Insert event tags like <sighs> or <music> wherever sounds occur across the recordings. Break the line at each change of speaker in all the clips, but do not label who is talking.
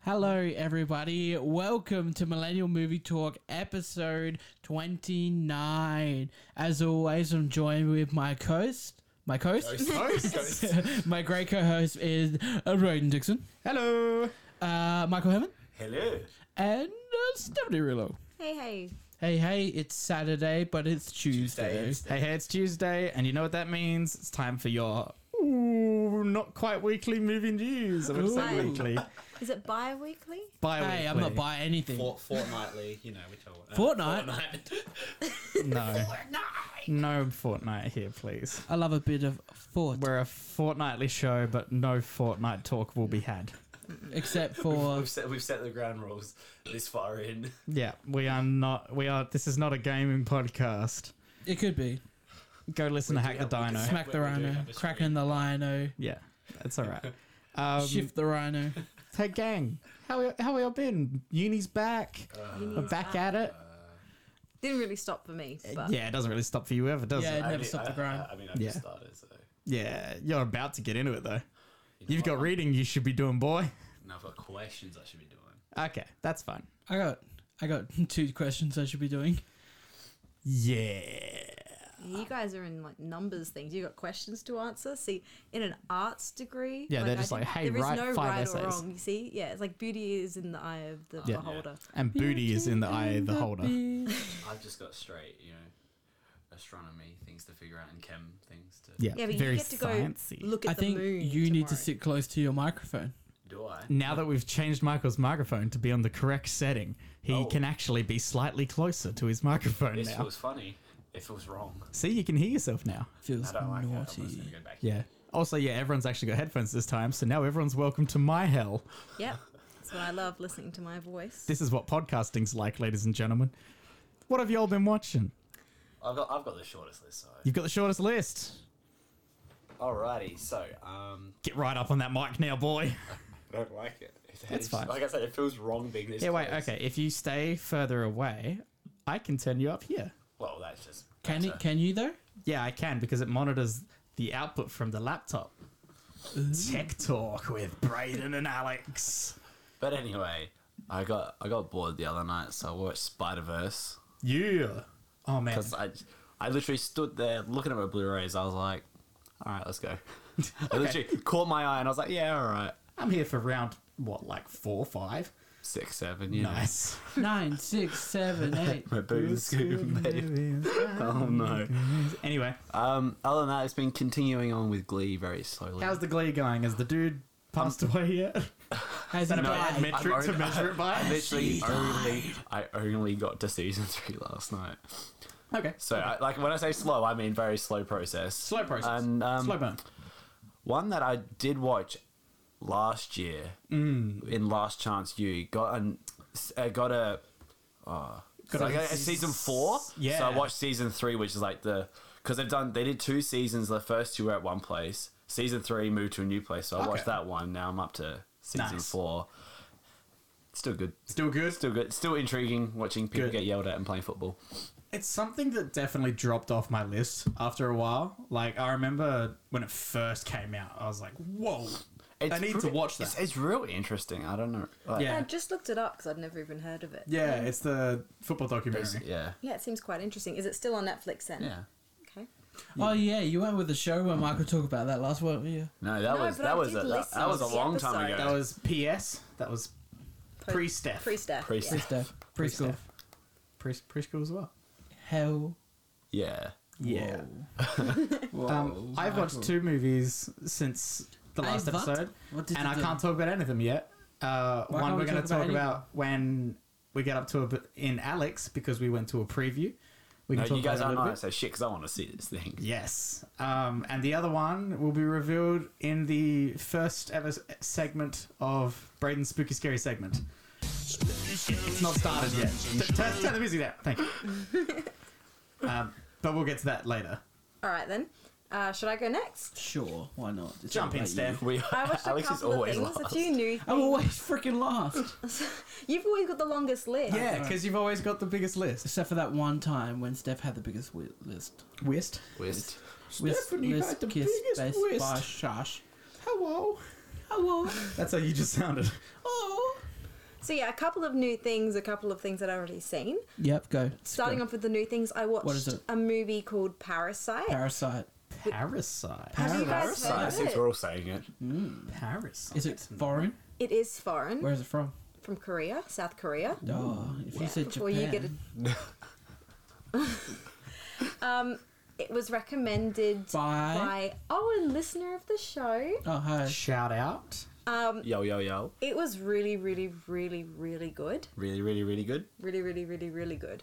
Hello, everybody. Welcome to Millennial Movie Talk episode 29. As always, I'm joined with my co-host, my
<laughs>
co-host, <laughs> my great co-host is uh, Roden Dixon,
Hello.
uh, Michael Herman,
Hello.
and uh, Stephanie Rillo.
Hey, hey.
Hey, hey, it's Saturday, but it's Tuesday.
Tuesday.
Hey, hey, it's Tuesday, and you know what that means? It's time for your ooh, not quite weekly movie news. I'm going to say
Ooh.
weekly.
Is it bi weekly?
Bi-weekly.
Hey, I'm not buying anything.
Fort, fortnightly, you know, we talk. <laughs> Uh,
Fortnite?
No. No Fortnite here, please.
I love a bit of thought,
We're a fortnightly show, but no Fortnite talk will be had.
except for
<laughs> We've set, we've set the ground rules this far in.
Yeah, we are not. We are. This is not a gaming podcast.
it could be
Go listen to
do
Hack the
have- we do
Dino.
have-
smack the
we do
rhino,
have a
cracking the lino,
Yeah, that's all
<laughs>
right. Um,
shift the rhino.
Hey, gang. How y- how y'all been? Uni's back. We're back at it.
Didn't really stop for me, but
Uh, Yeah, it doesn't really stop for you ever, does
Yeah,
it?
it never
did-
stopped the grind.
I, I mean, I just
Yeah.
started, so.
Yeah, you're about to get into it though.
you know
You've got
what?
reading you should be doing, boy.
Now I've got questions I should be doing.
Okay, that's fine.
I got I got <laughs> two questions I should be doing.
Yeah.
you guys are in like numbers things. You got questions to answer. See, in an arts degree,
Yeah, they're
I
just like,
didn't-
"Hey,
there is
write
no
five
right
essays."
or wrong. You see, yeah, it's like beauty is in the eye of the
Yeah.
beholder.
And booty is in the eye of the holder.
I've just got straight, you know, astronomy things to figure out and chem things to.
Yeah,
Yeah, but
very
you get to go
fancy.
look at
I
the
think
moon.
you need to
tomorrow.
sit close to your microphone.
Do I?
now that we've changed Michael's microphone to be on the correct setting, he
Oh.
can actually be slightly closer to his microphone
This
now.
feels funny. It feels wrong.
See, you can hear yourself now.
Feels
I don't like it. I'm just
naughty.
going to go back.
Yeah. Also, yeah, everyone's actually got headphones this time, so now everyone's welcome to my hell.
Yep, that's what I love listening to my voice.
This is what podcasting's like, ladies and gentlemen. What have y'all been watching?
I've got, I've got the shortest list, so.
You've got the shortest list.
Alrighty, so, um,
Get right up on that mic now, boy.
I don't like it. It's,
fine.
Like I said, it feels wrong being this
<laughs> Yeah, wait,
close.
okay. If you stay further away, I can turn you up here.
Well, that's just.
Can
better.
it? Can you though? <laughs>
Yeah, I can because it monitors the output from the laptop. Tech talk with Brayden and Alex.
But anyway, I got I got bored the other night, so I watched Spider Verse
Yeah. Oh man.
because I I literally stood there looking at my Blu-rays. I was like, all right, let's go. <laughs> I literally caught my eye and I was like, yeah, all right,
I'm here for round what, like four, five?
six, seven,
<laughs>
you
Nice.
Nine, six,
<laughs>
seven, eight.
know. My boobs getting made. Oh no.
anyway,
Um, other than that, it's been continuing on with Glee very slowly.
how's the glee going? Has the dude passed away yet? <laughs>
Has he died?
a bad metric
I'm
to
already-
measure it by?
I <laughs> literally only I only got to season three last night.
okay.
So, I, like when I say slow, I mean very slow process.
Slow process.
And um,
Slow burn.
One that I did watch last year
Mm.
in Last Chance You got an uh, got a uh,
Got
so I
a-
got a season four.
Yeah.
So I watched season three, which is like the because they've done they did two seasons. The first two were at one place. Season three moved to a new place. So I watched
Okay.
that one. Now I'm up to season
Nice.
four. Still good.
Still good.
Still good. Still intriguing watching people
Good.
get yelled at and playing football.
It's something that definitely dropped off my list after a while. Like I remember when it first came out, I was like, "Whoa, I need to
pretty-
watch
It's,
that."
it's really interesting. I don't know. Like,
Yeah.
I just looked it up because I'd never even heard of it.
yeah, it's the football documentary.
Yeah.
Yeah, it seems quite interesting. Is it still on Netflix then?
Yeah.
Okay.
Oh yeah, you went with the show where Michael talked about that last one. Yeah.
No, that
No,
was
but
that
I
was a,
did
that,
listen
that was
to
a
the
long time
episode.
ago.
That was PS. That was Pre-Steph.
Pre-Steph.
Pre-Steph.
yeah.
Stuff. Preschool.
Pre-Steph. pre- preschool as well.
Hell.
Yeah.
Yeah.
Whoa.
Um, I've watched two movies since the
Hey,
last
what?
episode,
What did
and
you
I
do?
can't talk about any of them yet. Uh,
Why
one
can't
we're
we
going
talk
to
about
talk
any-
about when we get up to a bit in Alex because we went to a preview. We
No,
can talk
you
about
guys
it a
aren't
little
on
bit.
it, so shit, because I want to see this thing.
Yes. Um, and the other one will be revealed in the first ever s- segment of Braden's Spooky Scary segment. It's not started yet. T- Turn, turn the music down. Thank you.
<laughs>
um, but we'll get to that later.
All right then. Uh, should I go next?
Sure. Why not? It's
Jump
all
in,
about you.
Steph.
We,
I watched a
<laughs> Alex is
couple of
always
things,
last.
a few new
I'm always <laughs> freaking last.
You've always got the longest list.
Yeah, because you've always got the biggest list.
Except for that one time when Steph had the biggest wi- list.
Whist.
Whist.
Stephanie had the biggest whist.
shush.
Hello.
Hello.
That's how you just sounded.
Oh.
So yeah, a couple of new things, a couple of things that I've already seen.
Yep, go.
Starting off with the new things, I watched
is it?
a movie called Parasite.
Parasite.
Parasite.
Have you guys
So
heard of
since
it?
we're all saying it,
Parasite.
Is it foreign?
It is foreign
Where is it from?
from Korea, South Korea.
Oh, if you said
Before
Japan.
you get a. um, it <laughs> was recommended
By-
by Owen, listener of the show.
Oh, hi.
Shout out.
Um,
yo yo yo,
it was really, really, really, really good.
really really really good.
really, really, really, really good.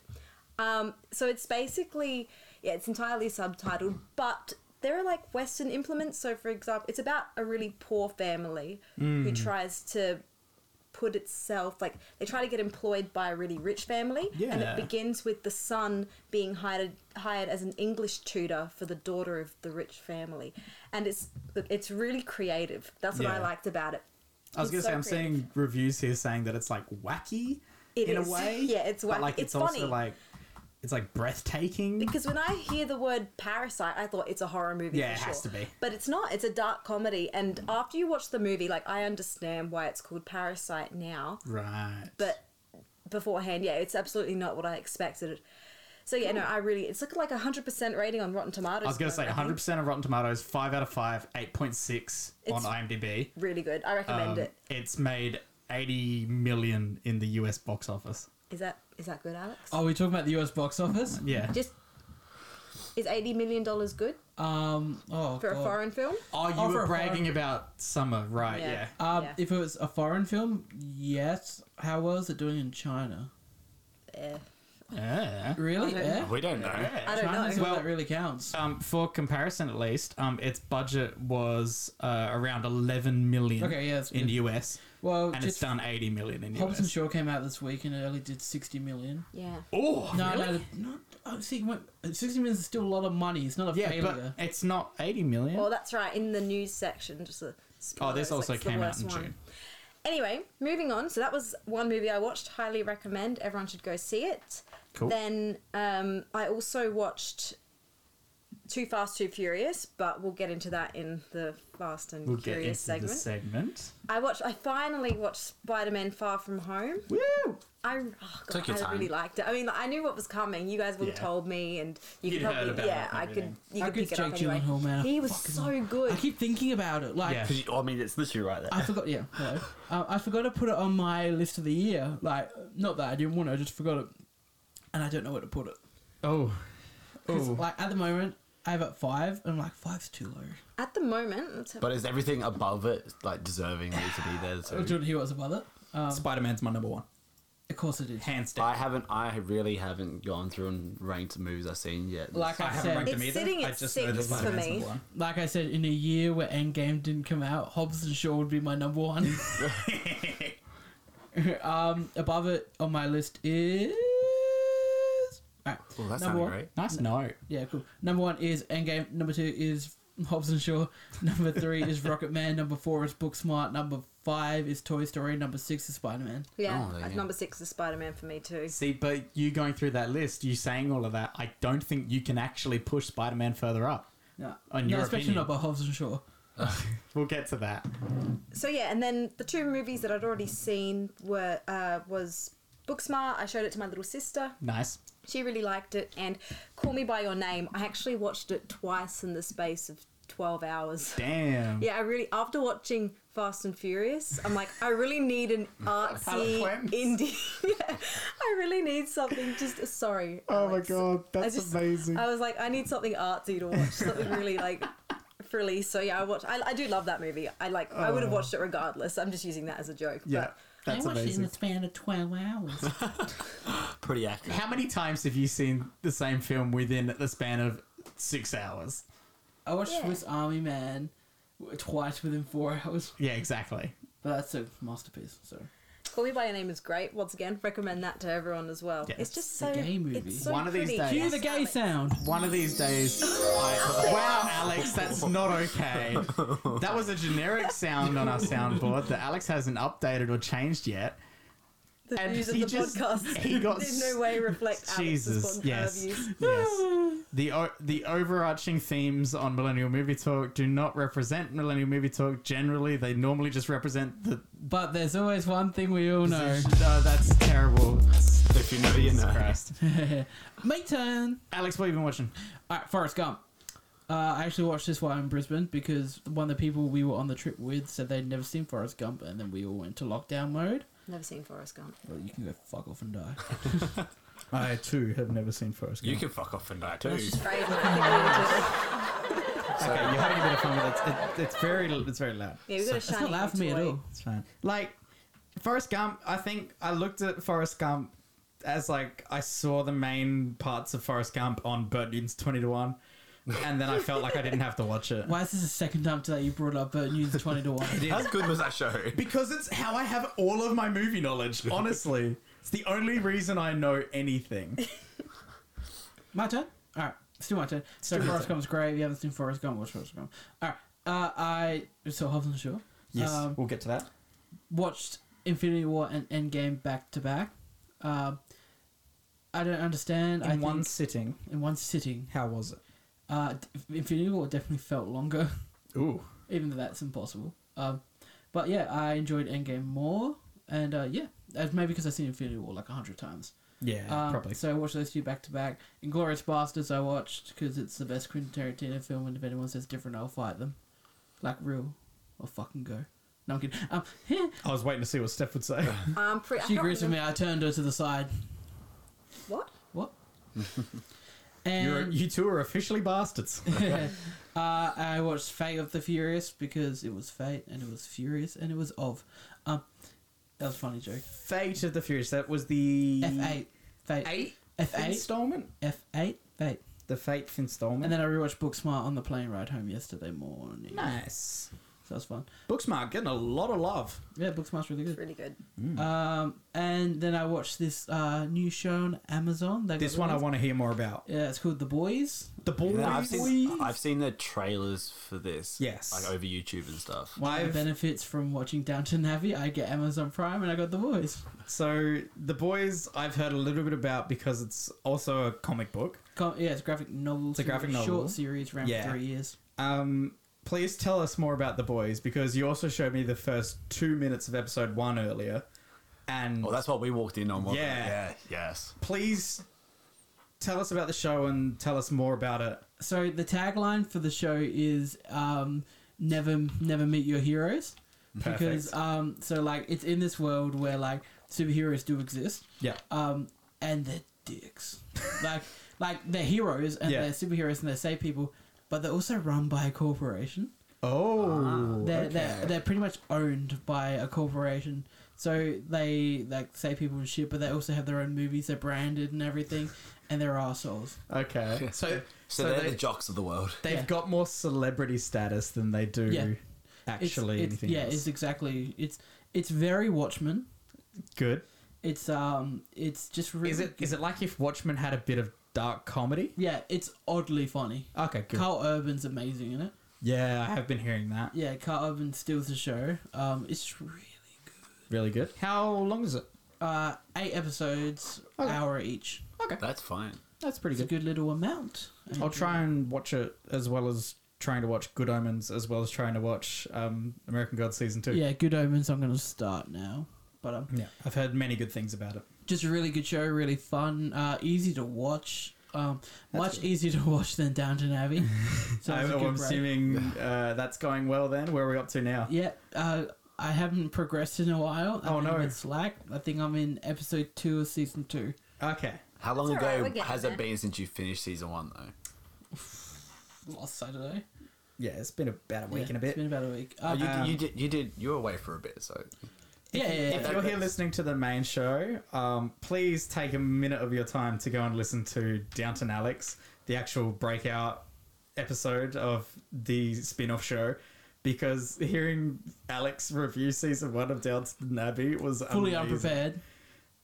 Um, so it's basically, yeah, it's entirely subtitled, but there are like Western implements. So, for example, it's about a really poor family
Hmm.
who tries to put itself like they try to get employed by a really rich family, and
Yeah.
it begins with the son being hired hired as an English tutor for the daughter of the rich family, and it's it's really creative. That's what I
Yeah.
liked about it.
I was going to
It's so
say, I'm
creative.
seeing reviews here saying that it's like wacky
It
in
is.
a way.
<laughs> Yeah, it's
but,
wacky.
Like, it's,
It's
also
funny.
like, it's like breathtaking.
Because when I hear the word parasite, I thought it's a horror movie.
Yeah,
for
it has
sure.
to be.
But it's not. It's a dark comedy. And after you watch the movie, like I understand why it's called Parasite now.
right.
But beforehand, yeah, it's absolutely not what I expected. So yeah, no, I really. It's looking like a hundred percent rating on Rotten Tomatoes.
I was going
to
to say 100% of Rotten Tomatoes, 5 out of 5, 8.6 on
It's-
IMDb.
Really good. I recommend
Um,
it.
It's made 80 million in the US box office.
Is that is that good, Alex?
Oh, we're talking about the US box office?
Yeah.
Just is eighty million dollars good
Um, oh,
for
God.
a foreign film?
Oh, you
Oh, for
were
a
bragging
foreign-
about summer, right? Yeah.
Yeah.
Um,
Yeah.
If it was a foreign film, yes. How well is it doing in China?
Eh.
Yeah.
Really?
I don't
Yeah.
We don't know.
I don't
China's
know.
all
Well-
that really counts.
Um, for comparison, at least, um, its budget was uh, around 11 million
Okay, yeah, that's
in
good.
US,
Well,
and it's
just
done 80 million in
Hobbs and
US.
Shaw came out this week and it only did 60 million.
Yeah.
Oh,
No,
really?
no, no. Oh, see, wait, 60 million is still a lot of money. It's not a
yeah,
failure.
but it's not 80 million.
Well, Oh, that's right. In the news section, just a
oh, this
spoiler, it's
also
like the
came out
worst
in
one.
June.
Anyway, moving on. So that was one movie I watched. Highly recommend. Everyone should go see it.
Cool.
Then um, I also watched Too Fast, Too Furious, but we'll get into that in the Fast and
We'll get into
Furious segment.
the segment.
I watched. I finally watched Spider Man Far From Home.
Woo!
I oh God,
Took your
I
time.
really liked it. I mean, like, I knew what was coming. You guys would have
Yeah.
told me, and you
You'd
could
heard
probably
about
yeah,
it and
I could
everything.
you
How
could
good's
pick it up
Jake
anyway.
Gyllenhaal, man? I
He was
fucking
so
love-
good.
I keep thinking about it. Like,
Yeah.
'Cause you- I mean, it's literally right there.
I forgot. Yeah, hello. Uh, I forgot to put it on my list of the year. Like, not that I didn't want to, I just forgot it, and I don't know where to put it.
Oh,
'Cause,
oh,
Like at the moment, I have it at five, and I'm like five's too low.
At the moment, let's have
But is everything above it like deservingly to be
<laughs>
there?
Oh, do you
Too?
want to hear what's above it? Um,
Spider Man's uh, my number one,
of course it is.
hands down.
I haven't. I really haven't gone through and ranked movies I've seen yet.
Like I,
I haven't
said,
ranked
It's
them either.
sitting
I
at
just know
six
that
for
Spider-Man's
me.
number one.
like I said, in a year where Endgame didn't come out, Hobbs and Shaw would be my number
<laughs>
one. <laughs> um, above it on my list is. Alright,
well, that's
number
sounded
one.
great.
Nice note.
Yeah, cool. Number one is Endgame. Number two is Hobbs and Shaw. Number three is Rocket Man. Number four is Booksmart. Number five is Toy Story. Number six is Spider Man.
yeah.
Oh, there you
at
go.
number six is Spider Man for me too.
See, but you going through that list, you saying all of that, I don't think you can actually push Spider Man further up.
Yeah.
On
no,
your
especially not
opinion.
by Hobbs and Shaw.
We'll get to that.
So yeah, and then the two movies that I'd already seen were uh, was Booksmart. I showed it to my little sister.
Nice.
She really liked it, and Call Me by Your Name. I actually watched it twice in the space of twelve hours. <laughs>
Damn.
Yeah, I really after watching Fast and Furious, I'm like, I really need an artsy
Eloquence.
indie. <laughs> yeah, I really need something. Just sorry.
Oh
Alex. I just- I was like, I need something artsy to watch, something
<laughs>
really like frilly. So yeah, I watch. I, I do love that movie. I like. I would
Oh.
have watched it regardless. I'm just using that as a joke.
yeah, that's
I watched it in
amazing.
the span of 12 hours.
Pretty accurate.
How many times have you seen the same film within the span of six hours?
<laughs> I watched
Yeah.
Swiss Army Man twice within four hours.
Yeah, exactly.
But that's a masterpiece, so.
But Call Me by Your Name is great. Once again, recommend that to everyone as well.
Yeah,
it's just so
a gay movie.
It's so
One of these
pretty.
days.
Cue the gay sound.
One of these days. I, <laughs> wow, Alex, that's not okay. That was a generic sound on our soundboard that Alex hasn't updated or changed yet.
the
And
views of
he
the
<laughs>
just-
podcast.
he got
<laughs> in no way reflect Alex's
Jesus,
podcast
yes,
views.
<laughs> yes. The o- the overarching themes on Millennial Movie Talk do not represent Millennial Movie Talk. Generally, they normally just represent the.
But there's always one thing we all know.
Oh, No, that's terrible.
If you know, you
Jesus
know.
Christ.
My turn.
Alex, what have you been watching?
All right, Forrest Gump. Uh, I actually watched this while in Brisbane because one of the people we were on the trip with said they'd never seen Forrest Gump, and then we all went to lockdown mode.
Never seen Forrest Gump.
Well, you can go fuck off and <laughs> die.
I too have never seen Forrest
You can fuck off and die too. <laughs>
Great. yeah,
Okay, you're having a bit of fun with it. It's, it, it's very it's very loud.
we got a
That's
shiny
not loud for me at
toy.
all.
It's fine. Like Forrest Gump, I think I looked at Forrest Gump as like I saw the main parts of Forrest Gump on Bert Newton's Twenty to One, and then I felt like I didn't have to watch it.
Why is this the second time today you brought up uh, Bert Newton's 20 <laughs> to 1?
How good was that show?
Because it's how I have all of my movie <laughs> knowledge. Honestly, it's the only reason I know anything.
My turn? Alright, still my turn. So
your
Forrest
turn.
Gump's great. If you haven't seen Forrest Gump, watch Forrest Gump. Alright, uh, I. So, Hobbs and Shaw.
Yes,
Um,
we'll get to that.
watched Infinity War and Endgame back to back. Um, I don't understand. I
In one
think-
sitting,
in one sitting.
how was it?
Uh, d- Infinity War definitely felt longer, <laughs>
Ooh,
even though that's impossible. Um, but yeah, I enjoyed Endgame more, and uh, yeah, that's maybe because I've seen Infinity War like a hundred times.
yeah,
Um,
probably.
So I watched those two back to back. Inglorious Bastards I watched because it's the best Quentin Tarantino film, and if anyone says different, I'll fight them. Like real, I'll fucking go. No, I'm kidding. Um, <laughs>
I was waiting to see what Steph would say.
Um, pre- I
she
<laughs> can't
agrees with
remember-
me. I turned her to the side.
What?
<laughs>
What?
<laughs> You're,
and
you two are officially bastards.
<laughs> uh, I watched Fate of the Furious because it was Fate and it was Furious and it was of. Um, that was a funny joke.
Fate of the Furious. That was the
F eight, Fate,
eight
F eight,
installment.
F eight, Fate.
The Fate installment.
And then I rewatched Booksmart on the plane ride home yesterday morning.
nice.
So that was fun.
Booksmart getting a lot of love.
Yeah, Booksmart's really
It's
good.
really good.
Um, and then I watched this uh, new show on Amazon. They got
This one I
released.
want to hear more about.
Yeah, it's called The Boys.
The boys.
Yeah, I've seen I've seen the trailers for this.
Yes.
Like over YouTube and stuff.
One of
I've-
the benefits from watching Downton Abbey, I get Amazon Prime and I got The Boys.
so the boys I've heard a little bit about because it's also a comic book.
Com- yeah, it's a graphic novel.
It's a graphic
series,
novel.
Short series, ran
Yeah.
for three years.
Um, please tell us more about the boys because you also showed me the first two minutes of episode one earlier, and
Well, Oh, that's what we walked in on. Wasn't
Yeah.
It? Yeah. Yes.
please tell us about the show and tell us more about it.
So the tagline for the show is um, "Never, never meet your heroes," because
Perfect.
um, so like it's in this world where like superheroes do exist,
Yeah.
Uh,
um, and they're dicks,
<laughs>
like like they're heroes and
Yeah.
they're superheroes and they save people, but they're also run by a corporation.
Oh,
they're,
okay.
they're, they're pretty much owned by a corporation. So they like say people and shit, but they also have their own movies. They're branded and everything, and they're assholes.
Okay. So, so,
uh-huh. <laughs> So, they're
they,
the jocks of the world.
they've
Yeah.
got more celebrity status than they do
Yeah. It's-
actually
it's,
anything
yeah,
else.
it's exactly it's it's very Watchmen.
Good.
It's um, it's just really
Is it is it like if Watchmen had a bit of dark comedy?
yeah, it's oddly funny.
Okay, good.
Carl Urban's amazing in it.
yeah, I have been hearing that.
Yeah, Carl Urban steals the show. Um, it's really
Really good. How long is it?
uh eight episodes,
Okay.
hour each.
Okay,
That's fine.
that's pretty
It's a
good.
good little amount.
I'll try and watch it as well as trying to watch Good Omens as well as trying to watch um, American Gods season two.
Yeah, Good Omens. I'm gonna start now, but um,
yeah. I've heard many good things about it.
just a really good show, really fun, uh, easy to watch. Um, much easier to watch than Downton
<laughs>
Abbey. so
I,
it's a good
am
break.
assuming uh, that's going well. Then where are we up to now?
Yeah, uh, I haven't progressed in a while. I
Oh, no.
It's slack. I think I'm in episode two of season two.
Okay,
How long
It's alright,
ago
we're getting
has
there.
it been since you finished season one though?
Last Saturday.
yeah, it's been about a week
yeah,
and a
It's
bit.
been about a week.
Oh,
Um,
you,
Um,
you did. You did. You were away for a bit, so
yeah, yeah,
If
yeah.
you're here listening to the main show, um, please take a minute of your time to go and listen to Downton Alex, the actual breakout episode of the spin off show, because hearing Alex review season one of Downton Abbey was
Fully
amazing.
unprepared. <laughs>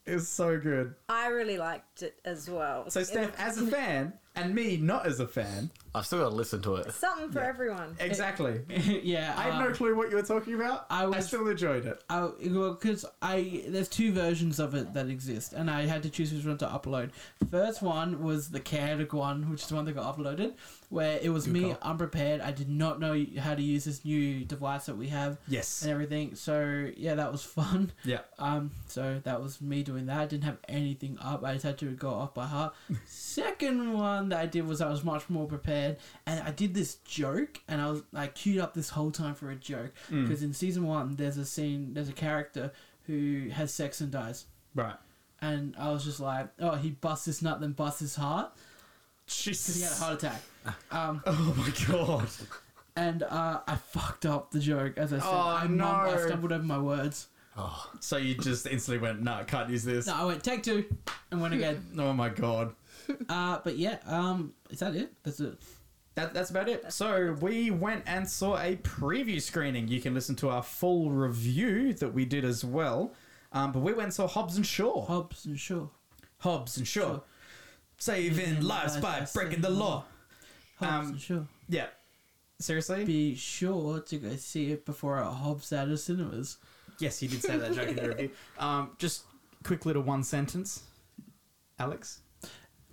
It was so good.
I really liked it as well.
So,
It-
Steph, as a fan, and me not as a fan.
I've still got to listen to it.
Something for everyone.
<laughs>
Exactly.
yeah,
I had
uh,
no clue what you were talking about.
I
I,
was-
still enjoyed it.
I well, because I there's two versions of it that exist, and I had to choose which one to upload. First one was the chaotic one, which is the one that got uploaded, where it was me unprepared. I did not know how to use this new device that we have
Yes.
and everything. So yeah, that was fun.
Yeah.
Um, so that was me doing that. I didn't have anything up. I just had to go off by
<laughs>
heart. Second one that I did was I was much more prepared, and I did this joke, and I was I queued up this whole time for a joke
Hmm.
because in season one there's a scene, there's a character who has sex and dies,
Right.
and I was just like, oh, he busts his nut, then busts his heart. 'cause He had a
Jesus.
heart attack,
Oh my god.
and uh, I fucked up the joke as I said.
Oh,
I, mum- I
no.
stumbled over my words.
So you just instantly went, nah, can't use this.
No, I went take two, and
<laughs>
went again.
Oh my god.
Uh, but yeah, um, is that it? That's it.
That, that's about it. So we went and saw a preview screening. You can listen to our full review that we did as well. Um, but we went and saw Hobbs and Shaw.
Hobbs and Shaw.
Hobbs and Shaw.
Shaw.
Saving lives by breaking the law.
Hobbs
Um,
and Shaw.
Yeah. Seriously?
Be sure to go see it before our Hobbs out of cinemas.
Yes, he did say that joke in the <laughs> review. Um, just quick little one sentence, Alex.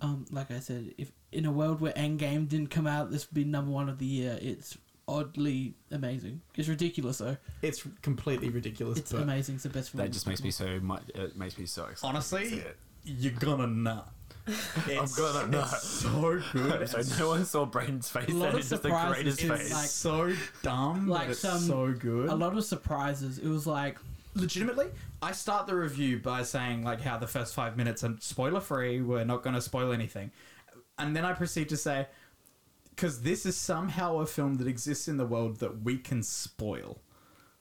Um, like I said, if in a world where Endgame didn't come out, this would be number one of the year. It's oddly amazing. It's ridiculous though.
It's completely ridiculous.
It's
but
amazing. It's the best film.
That just makes me so much. It makes me so excited.
Honestly,
That's it. <laughs>
you're gonna nut. I'm
gonna nut.
So
<laughs>
good.
So no one saw Brayden's face.
A lot
That
of
is just the
surprises
greatest
in,
face.
like-
It's so dumb,
like
but it's
some-
so good.
a lot of surprises. It was like
Legitimately, I start the review by saying like how the first five minutes are spoiler free. We're not going to spoil anything, and then I proceed to say because this is somehow a film that exists in the world that we can spoil.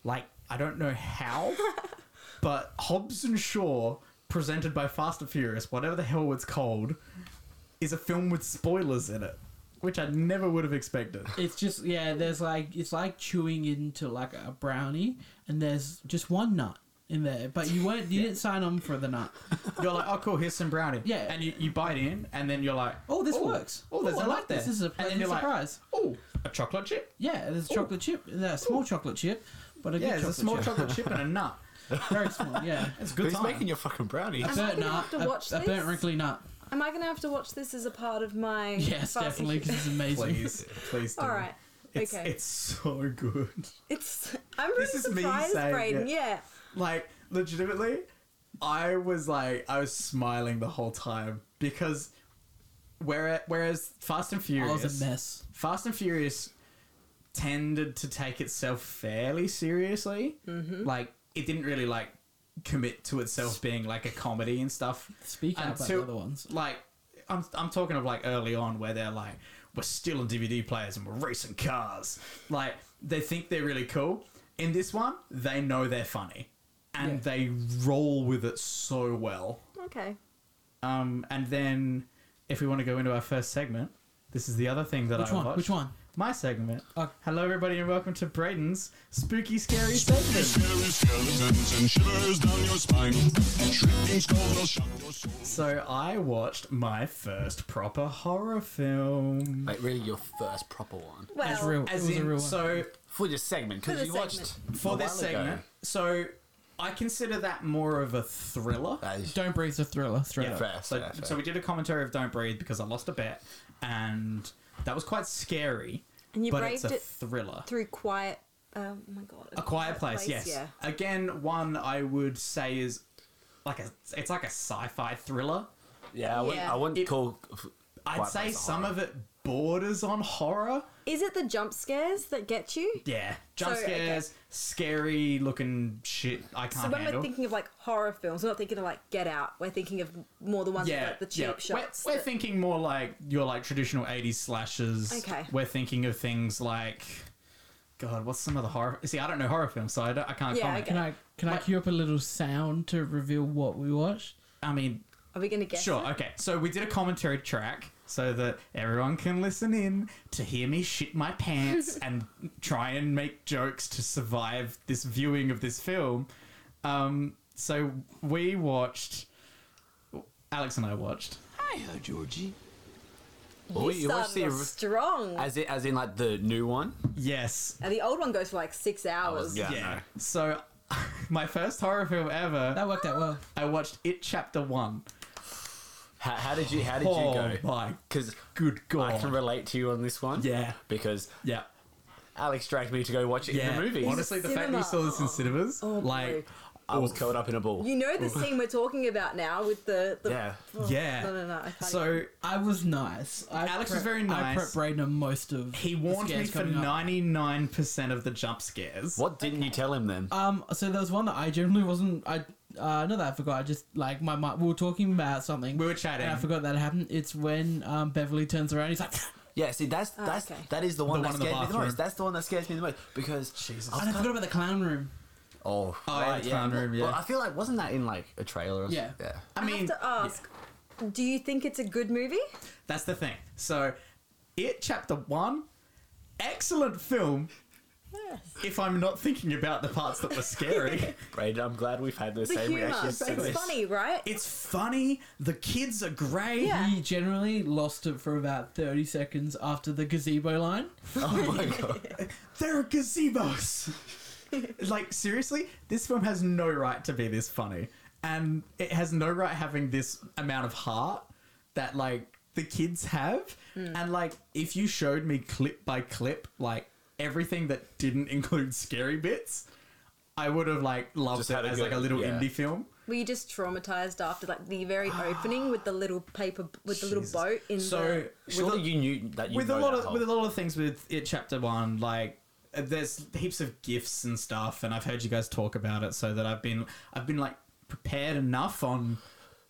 Like I don't know how, but Hobbs and Shaw, presented by Fast and Furious, whatever the hell it's called, is a film with spoilers in it, which I never would have expected.
it's just yeah. There's like it's like chewing into like a brownie, and there's just one nut in there. But you weren't
<laughs>
you didn't sign on for the nut.
You're like, oh, cool, here's some brownie.
Yeah.
And you, you bite in, and then you're like,
Oh, this works.
Oh, there's
Oh,
a
I
lot
like
there.
this. This is a
And then
pleasant
you're like,
surprise.
oh, a chocolate chip?
Yeah, there's a chocolate chip. There's a small chocolate chip, but a
Yeah,
good
it's
chocolate
a small
chip.
chocolate chip and
<laughs>
a nut.
Very small, yeah.
It's a good
Who's
time.
making your fucking brownies?
Am I
burnt
gonna
nut.
have to
a-
watch
a, burnt
this?
wrinkly nut. <laughs>
Am I going to have to watch this as a part
<laughs>
of my?
Yes,
Fast and
definitely, because it's amazing.
Please, please do.
<laughs> All right.
<laughs> It's,
okay.
it's so good.
It's. I'm really
This is me
surprised,
saying
Brayden.
it.
Yeah.
Like, legitimately, I was like, I was smiling the whole time because whereas, whereas Fast and
I
Furious.
was a mess.
Fast and Furious tended to take itself fairly seriously.
Mm-hmm.
Like it didn't really like commit to itself being like a comedy and stuff.
Speak out about the
Until-
other ones.
Like I'm I'm talking of like early on where they're like we're stealing DVD players and we're racing cars. Like they think they're really cool. In this one, they know they're funny and
Yeah.
they roll with it so well.
Okay.
Um, and then if we want to go into our first segment, this is the other thing that
Which
I
one?
watched.
Which one?
My segment.
Oh.
Hello, everybody, and welcome to Brayden's spooky, scary segment.
Scary skeletons and shivers down your spine. Shrieking skulls will shock your soul.
So I watched my first proper horror film.
Like really, your first proper one
Well,
That's real.
As
it was
in,
a real one.
so
for this segment
For the
because you watched
segment.
for
a
this
while
segment,
ago.
so I consider that more of a thriller.
That is
Don't breathe the thriller. Thriller.
Yeah.
fair,
so,
fair, fair.
so we did a commentary of Don't Breathe because I lost a bet, and that was quite scary.
And you
but it's
braved
a
it
thriller.
through quiet. Oh my god.
A Quiet Place, yes.
Yeah.
Again, one I would say is like a it's like a sci-fi thriller.
yeah, I wouldn't,
Yeah.
I wouldn't
It-
call.
I'd say some of it borders on horror.
Is it the jump scares that get you?
Yeah, jump
So, okay.
scares, scary looking shit. I can't
So when we're
handle.
thinking of like horror films, we're not thinking of like Get Out. We're thinking of more the ones with
yeah,
like the cheap
yeah.
shots.
We're, we're
that-
thinking more like your like traditional '80s slashes.
Okay.
We're thinking of things like, God, what's some of the horror? See, I don't know horror films, so I, don't, I can't
Yeah,
comment.
okay.
Can I can I cue up a little sound to reveal what we watched?
I mean,
Are we gonna guess?
Sure,
it?
okay. So we did a commentary track so that everyone can listen in to hear me shit my pants and try and make jokes to survive this viewing of this film. Um, so we watched. Alex and I watched.
Hiya, Georgie.
Oh,
You started off strong.
as in, as in like the new one.
Yes.
and the old one goes for like six hours.
yeah.
Yeah.
no.
So, <laughs> my first horror film ever,
That worked out well.
I watched It Chapter 1.
How, how did you How did
oh,
you go?
my
Because
good
I
God.
can relate to you on this one.
Yeah.
Because
yeah.
Alex dragged me to go watch it
Yeah.
in the movies.
Honestly, the fact that you saw this in cinemas,
Oh,
like,
boy.
I was curled up in a ball.
You know the scene we're talking about now with the. the
yeah.
yeah.
Oh, No, no, no. I can't
So,
I was nice. I
Ah, Alex was very
I
nice.
prepped Brayden on most of.
he
the
warned me
scares
for
coming up.
99% of the jump scares.
What didn't you tell him
Oh.
then?
Um, so there was one that I generally wasn't. I uh, not that I forgot. I just like my mind. We were talking about something.
We were chatting.
And I forgot that happened. It's when um, Beverly turns around. He's like,
yeah, see, that's that's
Oh, okay.
that is the one
The
that
one in the
scares me the
bathroom.
most. That's the one that scares me the most because Oh, Jesus.
and I forgot about the clown room.
Oh,
Oh, yeah, the clown room, yeah.
Well, I feel like wasn't that in like a trailer? Or
Yeah.
something? yeah.
I mean,
have to ask. Do you think it's a good movie?
That's the thing. So, It Chapter 1, excellent film
Yes.
if I'm not thinking about the parts that were scary.
Brayden, I'm glad we've had the,
The
same
humor.
reaction
It's
to this.
funny, right?
it's funny, the kids are great.
Yeah.
He generally lost it for about thirty seconds after the gazebo line.
<laughs> Oh
<laughs>
my god.
There are
<laughs>
gazebos. like, seriously, this film has no right to be this funny. And it has no right having this amount of heart that, like, the kids have.
Hmm.
And, like, if you showed me clip by clip, like, everything that didn't <laughs> include scary bits, I would have, like, loved
Just
it
had a
as, like, a
go,
little
yeah.
indie film.
Were you just traumatized after like the
<gasps>
very opening with the little paper with the little
Jesus.
boat in
So,
Surely you knew that you
with a
know
lot
that
of
whole-
with a lot of things with it chapter one like uh, there's heaps of gifts and stuff and i've heard you guys talk about it so that i've been i've been like prepared enough on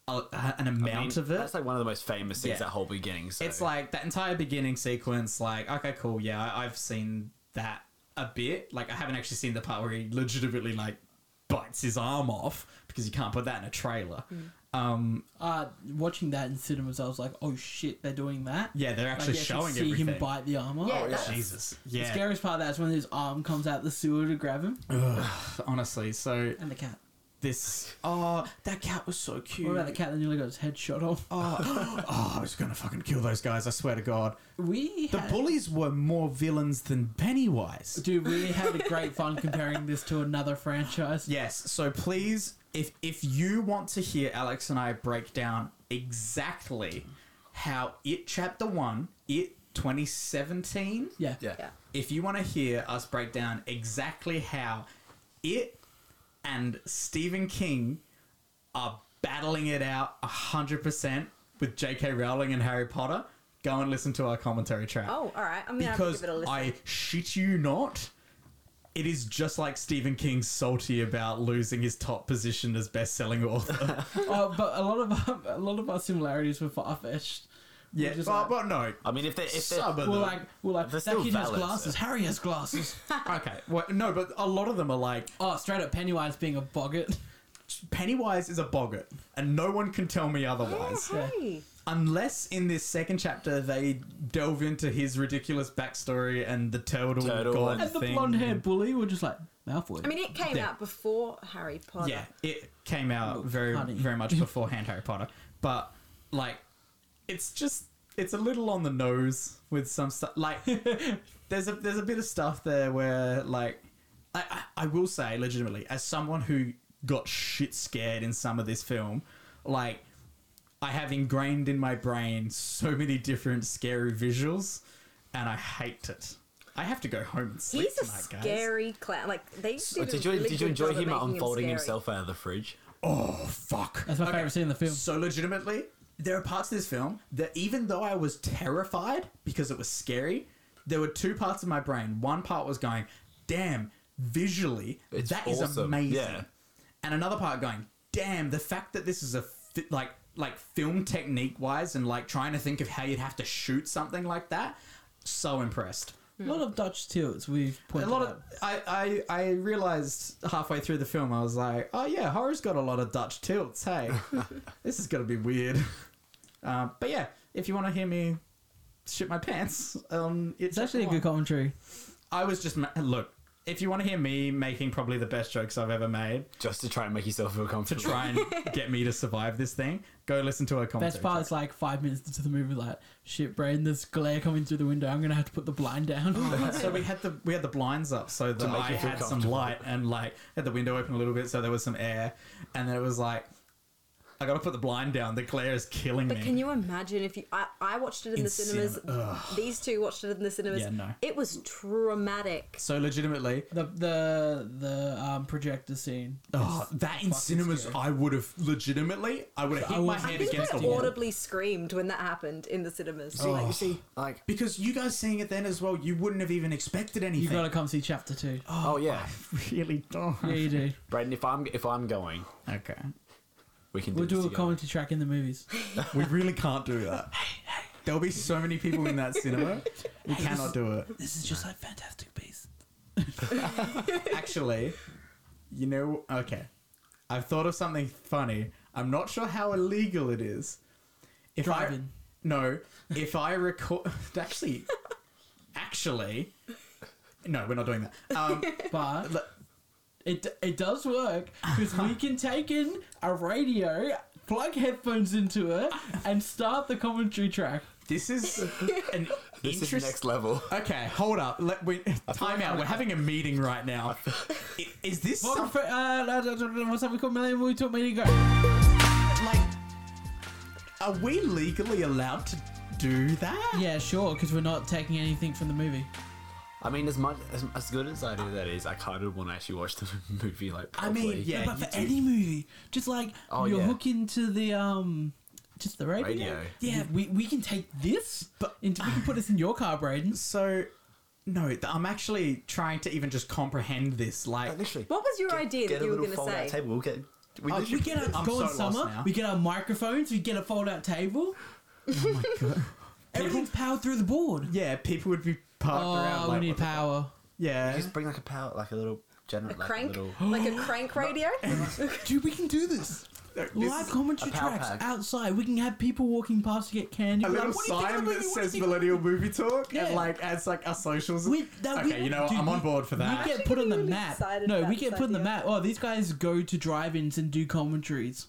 a, a- an amount
I mean,
of it
That's like one of the most famous things.
Yeah.
That whole beginning. So.
it's like that entire beginning sequence like okay cool yeah I, i've seen that a bit like i haven't actually seen the part where he legitimately like bites his arm off because you can't put that in a trailer
Hmm.
um
Uh, watching that in cinemas, I was like, oh shit, they're doing that.
yeah they're
Like,
actually
you
showing
see
everything
him bite the armor.
Yeah, Oh, that's-
jesus
The
yeah
scariest part of that is when his arm comes out the sewer to grab him
honestly so
and the cat.
this. Oh, that cat was so cute.
What about the cat that nearly got his head shot off?
Oh, oh, I was gonna fucking kill those guys. I swear to God.
We
The
had-
bullies were more villains than Pennywise.
Dude, we had a great fun comparing this to another franchise.
Yes. So please, if if you want to hear Alex and I break down exactly how it chapter one, it 2017.
Yeah.
yeah.
Yeah.
If you want to hear us break down exactly how it and Stephen King are battling it out 100% with J.K. Rowling and Harry Potter, go and listen to our commentary track.
Oh, all right. I'm gonna have to
because
give it a listen.
I shit you not, it is just like Stephen King's salty about losing his top position as best-selling author.
Oh, but a lot of <laughs> our, a lot of our similarities were far fetched.
<laughs> yeah,
just
oh,
like-
but no,
I mean, if they if they
some of
We're
them.
like, we're like,
They're
that
still
kid
valid,
has glasses. Harry has
<laughs>
glasses.
okay, well, no, but a lot of them are like
oh, straight up Pennywise being a boggart.
Pennywise is a boggart, and no one can tell me <gasps> otherwise.
Yeah, Oh, hey.
Unless in this second chapter they delve into his ridiculous backstory and the turtle,
Turtle
god
And the
thing.
blonde-haired bully were just like Malfoy.
I mean, it came
Yeah.
out before Harry Potter.
Yeah, it came out very,
honey.
very
<laughs>
much beforehand Harry Potter, but like, it's just it's a little on the nose with some stuff. Like,
<laughs>
there's a there's a bit of stuff there where like, I I, I will say legitimately as someone who got shit scared in some of this film, like. I have ingrained in my brain so many different scary visuals, and I hate it. I have to go home and sleep
He's a
tonight, guys.
scary clown. Like they did,
Oh,
a
did you
really
did you
good
enjoy
job of
him
making
unfolding
scary.
himself out of the fridge?
Oh fuck!
That's my favorite scene in the film.
So legitimately, there are parts of this film that even though I was terrified because it was scary, there were two parts of my brain. One part was going, "Damn, visually
It's
that is
awesome.
amazing,"
Yeah.
and another part going, "Damn, the fact that this is a fi- like like film technique wise and like trying to think of how you'd have to shoot something like that." So impressed.
Hmm.
A lot of Dutch tilts we've
A
pointed
lot
out.
of I, I I realized halfway through the film I was like, oh yeah, horror's got a lot of Dutch tilts.
<laughs>
Hey, this is gonna be weird. Uh, but yeah, if you want to hear me shit my pants, um,
It's
it's,
actually a good commentary.
I was just ma- look. if you want to hear me making probably the best jokes I've ever made
just to try and make yourself feel
to
comfortable.
try and
<laughs>
get me to survive this thing, go listen to a commentary.
Best part is like five minutes into the movie, like shit, brain. There's glare coming through the window. I'm gonna have to put the blind
<laughs>
down. <laughs>
so we had the we had the blinds up so that
make
I
you feel
had some
comfortable.
light and like had the window open a little bit so there was some air, and then it was like, I gotta put the blind down. The glare is killing
But
me.
can you imagine if you? I, I watched it in,
In
the cinemas. These two watched it in the cinemas.
Yeah, no.
It was traumatic.
so legitimately,
the the the um, projector scene.
oh, that in cinemas,
scary.
I would have legitimately, I would have hit
I
my
was-
I
head
think
against
I
the wall.
audibly screamed when that happened in the cinemas.
Like, you Oh. see, like,
Because you guys seeing it then as well, you wouldn't have even expected anything.
You gotta <laughs> come see chapter two.
oh yeah,
really don't.
Yeah, you do.
Braden. If I'm if I'm going,
<laughs> Okay.
we can. Do
We'll
this
do a
together.
commentary track in the movies.
We really can't do that. There'll be so many people in that cinema. We cannot do it.
This is just like Fantastic Beasts.
Actually, you know, okay. I've thought of something funny. I'm not sure how illegal it is. If
Driving.
I no, if I record <laughs> actually, actually, no, we're not doing that. Um,
But
l-
it it does work because we can take in a radio, plug headphones into it, and start the commentary track.
this is an
<laughs> This is
interest-
next level.
Okay, hold up. Let we time out. We're having a meeting right now. I- Is this
What
some-
refer- uh, no, no, no, no, what's that we call Millennium Movie Talk meeting? Go.
like? Are we legally allowed to do that?
Yeah, sure, because we're not taking anything from the movie.
I mean, as much as, as good as I do that is, I kind of want to actually watch the <laughs> movie. Like,
I mean,
properly.
yeah.
but
you
for
do.
any movie, just like
Oh,
you're
yeah.
hooking to the um, just the radio.
Radio.
Yeah, we, we can take this,
But-
into, we can put this in your car, Braden.
So, no, th- I'm actually trying to even just comprehend this. Like,
literally.
What was your idea
Get
that
a
you were
little
going to
fold-out
say?
table. We'll get. We
Oh,
We
literally-
get our
I'm
go
so
on
lost
summer.
now. Oh
We get our microphones. We get a fold-out table. <laughs> Everything's powered through the board.
yeah, people would be parked
Oh,
around. Like,
we
what
need
the-
power.
yeah,
<laughs> just bring like a power, like a little
A
generator, like
crank,
a little.
<gasps> like
<gasps>
a
<laughs>
crank radio.
Dude, we can do this. Live commentary
a power
tracks
pack.
outside. We can have people walking past to get candy.
a
We're
little
like, "What do you think
sign
about you?
that
What do you
says
think
Millennial Movie Talk
Yeah.
and like adds like our socials.
We, that
okay,
we,
you know what?
dude,
I'm
we-
on board for that.
We get put on the
really
map.
excited
No,
about
we get
this
put on the
idea.
map. Oh, these guys go to drive-ins and do commentaries.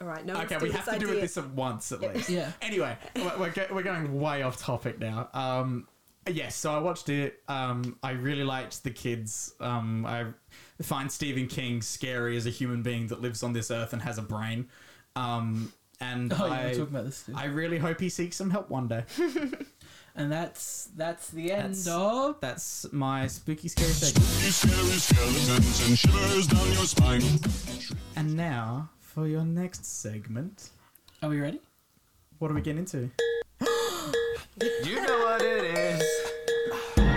All right, no.
Okay,
let's
we have to
idea.
do it this at once at least.
Yeah.
Anyway, we're, we're, go- we're going way off topic now. Um, yes, so I watched it. Um, I really liked the kids. Um, I find Stephen King scary as a human being that lives on this earth and has a brain. Um, and
Oh, yeah,
I,
we're talking about this. Too.
I really hope he seeks some help one day.
and that's that's the end
That's-
of.
That's my spooky scary segment.
Spooky, scary skeletons and shivers down your spine.
And now for your next segment,
Are we ready?
what are we getting into?
You know what it is.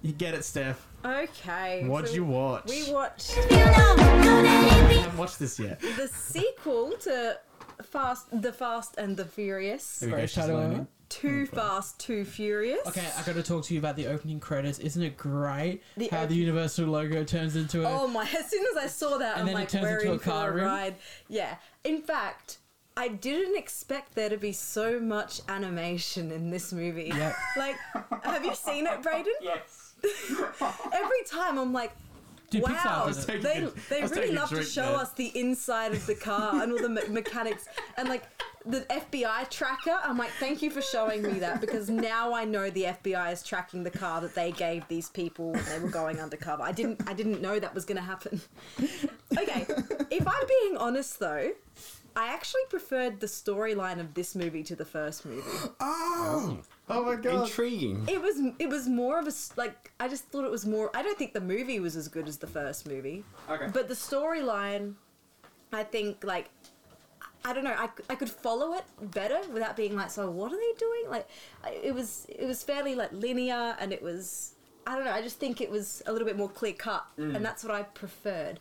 You get it, Steph.
Okay.
What'd
so
you watch?
We watched
I haven't watched this yet. There
the sequel to Fast, The Fast and the Furious.
we go.
Sorry,
She's
Shadow
learning.
Owner.
Too Fast, Too Furious.
Okay, I got to talk to you about the opening credits. Isn't it great
The
how the
open-
Universal logo turns into a <laughs>
Oh my! As soon as I saw that,
And
I'm
then it
like,
turns
we're
into a
in
car
for a
room?
ride. Yeah. In fact, I didn't expect there to be so much animation in this movie.
Yep.
<laughs> like, have you seen it, Brayden?
Yes.
Every time I'm like,
Dude, Pixar
wow,
did it.
taking
they,
a- I
they
was
really
taking a
love to
drink
show
there.
us the inside of the car and all the me- mechanics and like the FBI tracker. I'm like, thank you for showing me that because now I know the FBI is tracking the car that they gave these people when they were going undercover. I didn't, I didn't know that was going to happen. Okay, if I'm being honest though. I actually preferred the storyline of this movie to the first movie.
Oh my god.
Intriguing.
It was it was more of a s- like I just thought it was more. I don't think the movie was as good as the first movie.
Okay.
But the storyline, I think like I don't know. I, c- I could follow it better without being like, so what are they doing? Like I, it was it was fairly like linear and it was I don't know. I just think it was a little bit more clear cut and that's what I preferred.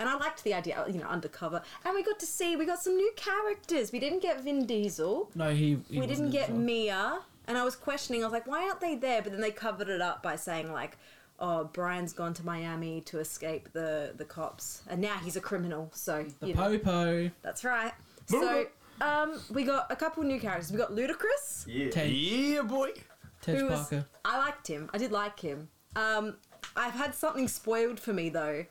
And I liked the idea, you know, undercover. And we got to see we got some new characters. We didn't get Vin Diesel
No, he. he
we didn't
wasn't
get
involved.
Mia, and I was questioning. I was like, why aren't they there? But then they covered it up by saying like, oh, Brian's gone to Miami to escape the the cops, and now he's a criminal. So
the
you know,
Popo.
that's right. So um, we got a couple new characters. We got Ludacris.
Yeah,
Ted.
<laughs>
yeah boy.
Ted
who was-
Parker.
I liked him. I did like him. Um, I've had something spoiled for me though,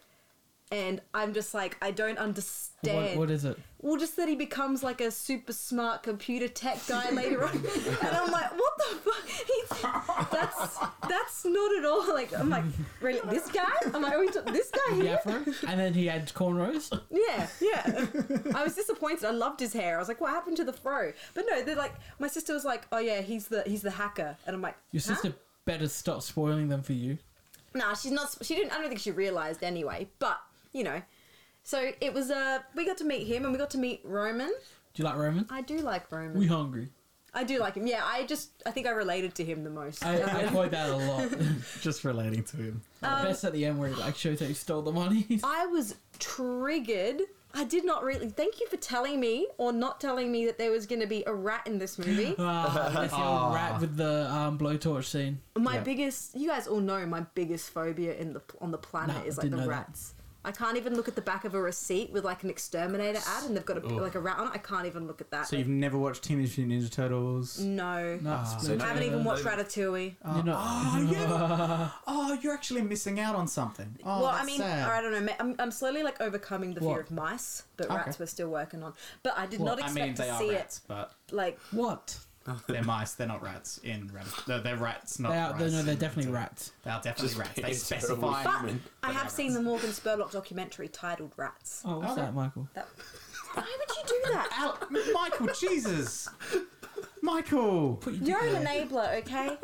and I'm just like I don't
What,
understand.
what is it?
well, just that he becomes like a super smart computer tech guy later on, and I'm like, what the fuck? He's, that's that's not at all. Like I'm like, really, this guy? I'm like, are we t- this guy
The
here? <laughs>
afro? and then he had cornrows.
Yeah, yeah. I was disappointed. I loved his hair. I was like, what happened to the fro? But no, they're like, my sister was like, oh yeah, he's the he's the hacker, and I'm like,
Your
huh?
sister better stop spoiling them for you.
Nah, she's not. She didn't. I don't think she realized anyway. But you know, so it was. Uh, we got to meet him, and we got to meet Roman.
Do you like Roman?
I do like Roman.
We hungry.
I do like him. Yeah, I just. I think I related to him the most.
I, I
<laughs>
quote that a lot.
<laughs> Just relating to him.
Um,
<laughs> Best at the end where he like shows that he stole the
<laughs>
money.
I was triggered. I did not really. Thank you for telling me or not telling me that there was going to be a rat in this movie.
<gasps> Ah, that's the old rat with the um, blowtorch scene.
My
Yeah.
biggest. You guys all know my biggest phobia in the on the planet
Nah,
is
I
like
didn't
the
know that.
rats. I can't even look at the back of a receipt with like an exterminator ad, and they've got a, like a rat on it. I can't even look at that.
So you've never watched Teenage Mutant Ninja Turtles?
no.
No,
so
I haven't even Ah. watched Ratatouille.
You're Ah, not,
Oh, <laughs> yeah. oh, you're actually missing out on something. Oh,
well,
that's
I mean,
sad.
or I don't know. ma- I'm, I'm slowly like overcoming the
What?
fear of mice, but
Okay.
rats we're still working on. But I did
Well,
not
I
expect
mean, they
to
are
see
rats, but
it. Like,
what?
they're mice. They're not rats in rabbit. They're, they're rats, not
They are,
rats.
they, no, they're definitely rats.
They are definitely
Just
rats. They
being
specify.
but
mean,
I
they are
have seen
rats.
the Morgan Spurlock documentary titled "Rats."
Oh, what's
Okay.
that, Michael?
That, why would you
<laughs>
do that?
Al- Michael, Jesus, Michael.
Put your dick
You're
in
an
there.
enabler, okay?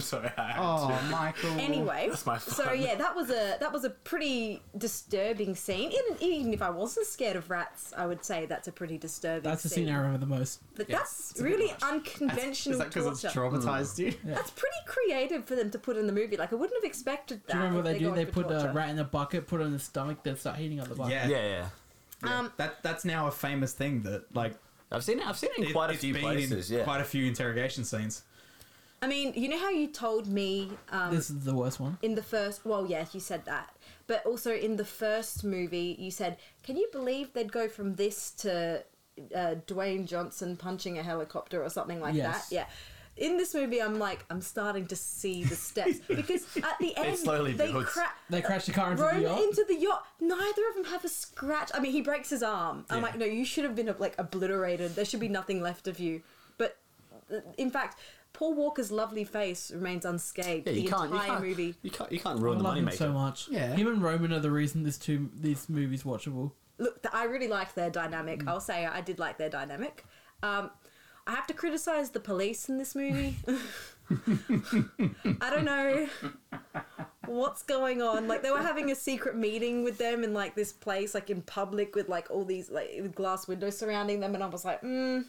<laughs>
sorry. I had
Oh,
to.
Michael.
Anyway,
my
so
fun.
yeah, that was a that was a pretty disturbing scene. Even, even if I wasn't scared of rats, I would say that's a pretty disturbing.
That's the scene I remember the most.
But
Yeah,
that's
it's a bit
really
much.
unconventional
Is that because
torture.
it's traumatized you?
That's pretty creative for them to put in the movie. Like I wouldn't have expected that.
Do you remember what
if
they do?
go
They
in for
put
torture.
a rat in a bucket, put it on the stomach, then start heating up the bucket.
Yeah, yeah.
Um,
that that's now a famous thing that like
I've seen it. I've seen it in
it-
quite a
it's
few
been
places.
in
Yeah.
quite a few interrogation scenes.
I mean, you know how you told me um,
This is the worst one.
in the first. Well, yes, you said that, but also in the first movie, you said, "Can you believe they'd go from this to uh, Dwayne Johnson punching a helicopter or something like
Yes.
that?" Yeah. In this movie, I'm like, I'm starting to see
<laughs>
the steps because at the end,
slowly
they
builds.
cra-
They crash the car into
Rome
the yacht.
into the yacht. Neither of them have a scratch. I mean, he breaks his arm. I'm
Yeah.
like, no, you should have been like obliterated. There should be nothing left of you. But uh, in fact, Paul Walker's lovely face remains unscathed
yeah, you
the
can't, you
entire
can't,
movie.
you can't, you can't
I
ruin the
love him
moneymaker.
so much.
Yeah.
Him and Roman are the reason this two these movies watchable.
Look, th- I really liked their dynamic. I'll say I did like their dynamic. Um, I have to criticize the police in this movie. I don't know what's going on. Like they were having a secret meeting with them in like this place, like in public, with like all these like with glass windows surrounding them, and I was like, mm.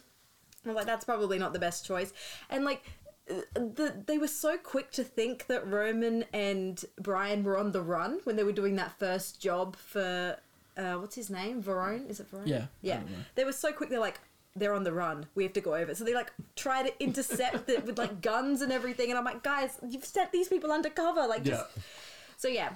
I was like, that's probably not the best choice. And like, uh, the, they were so quick to think that Roman and Brian were on the run when they were doing that first job for uh, what's his name, Verone? Is it Verone?
Yeah, I
yeah.
don't know.
They were so quick. They're like. They're on the run. We have to go over. it. So they like try to intercept it with like guns and everything. And I'm like, guys, you've set these people undercover. Like, just so yeah,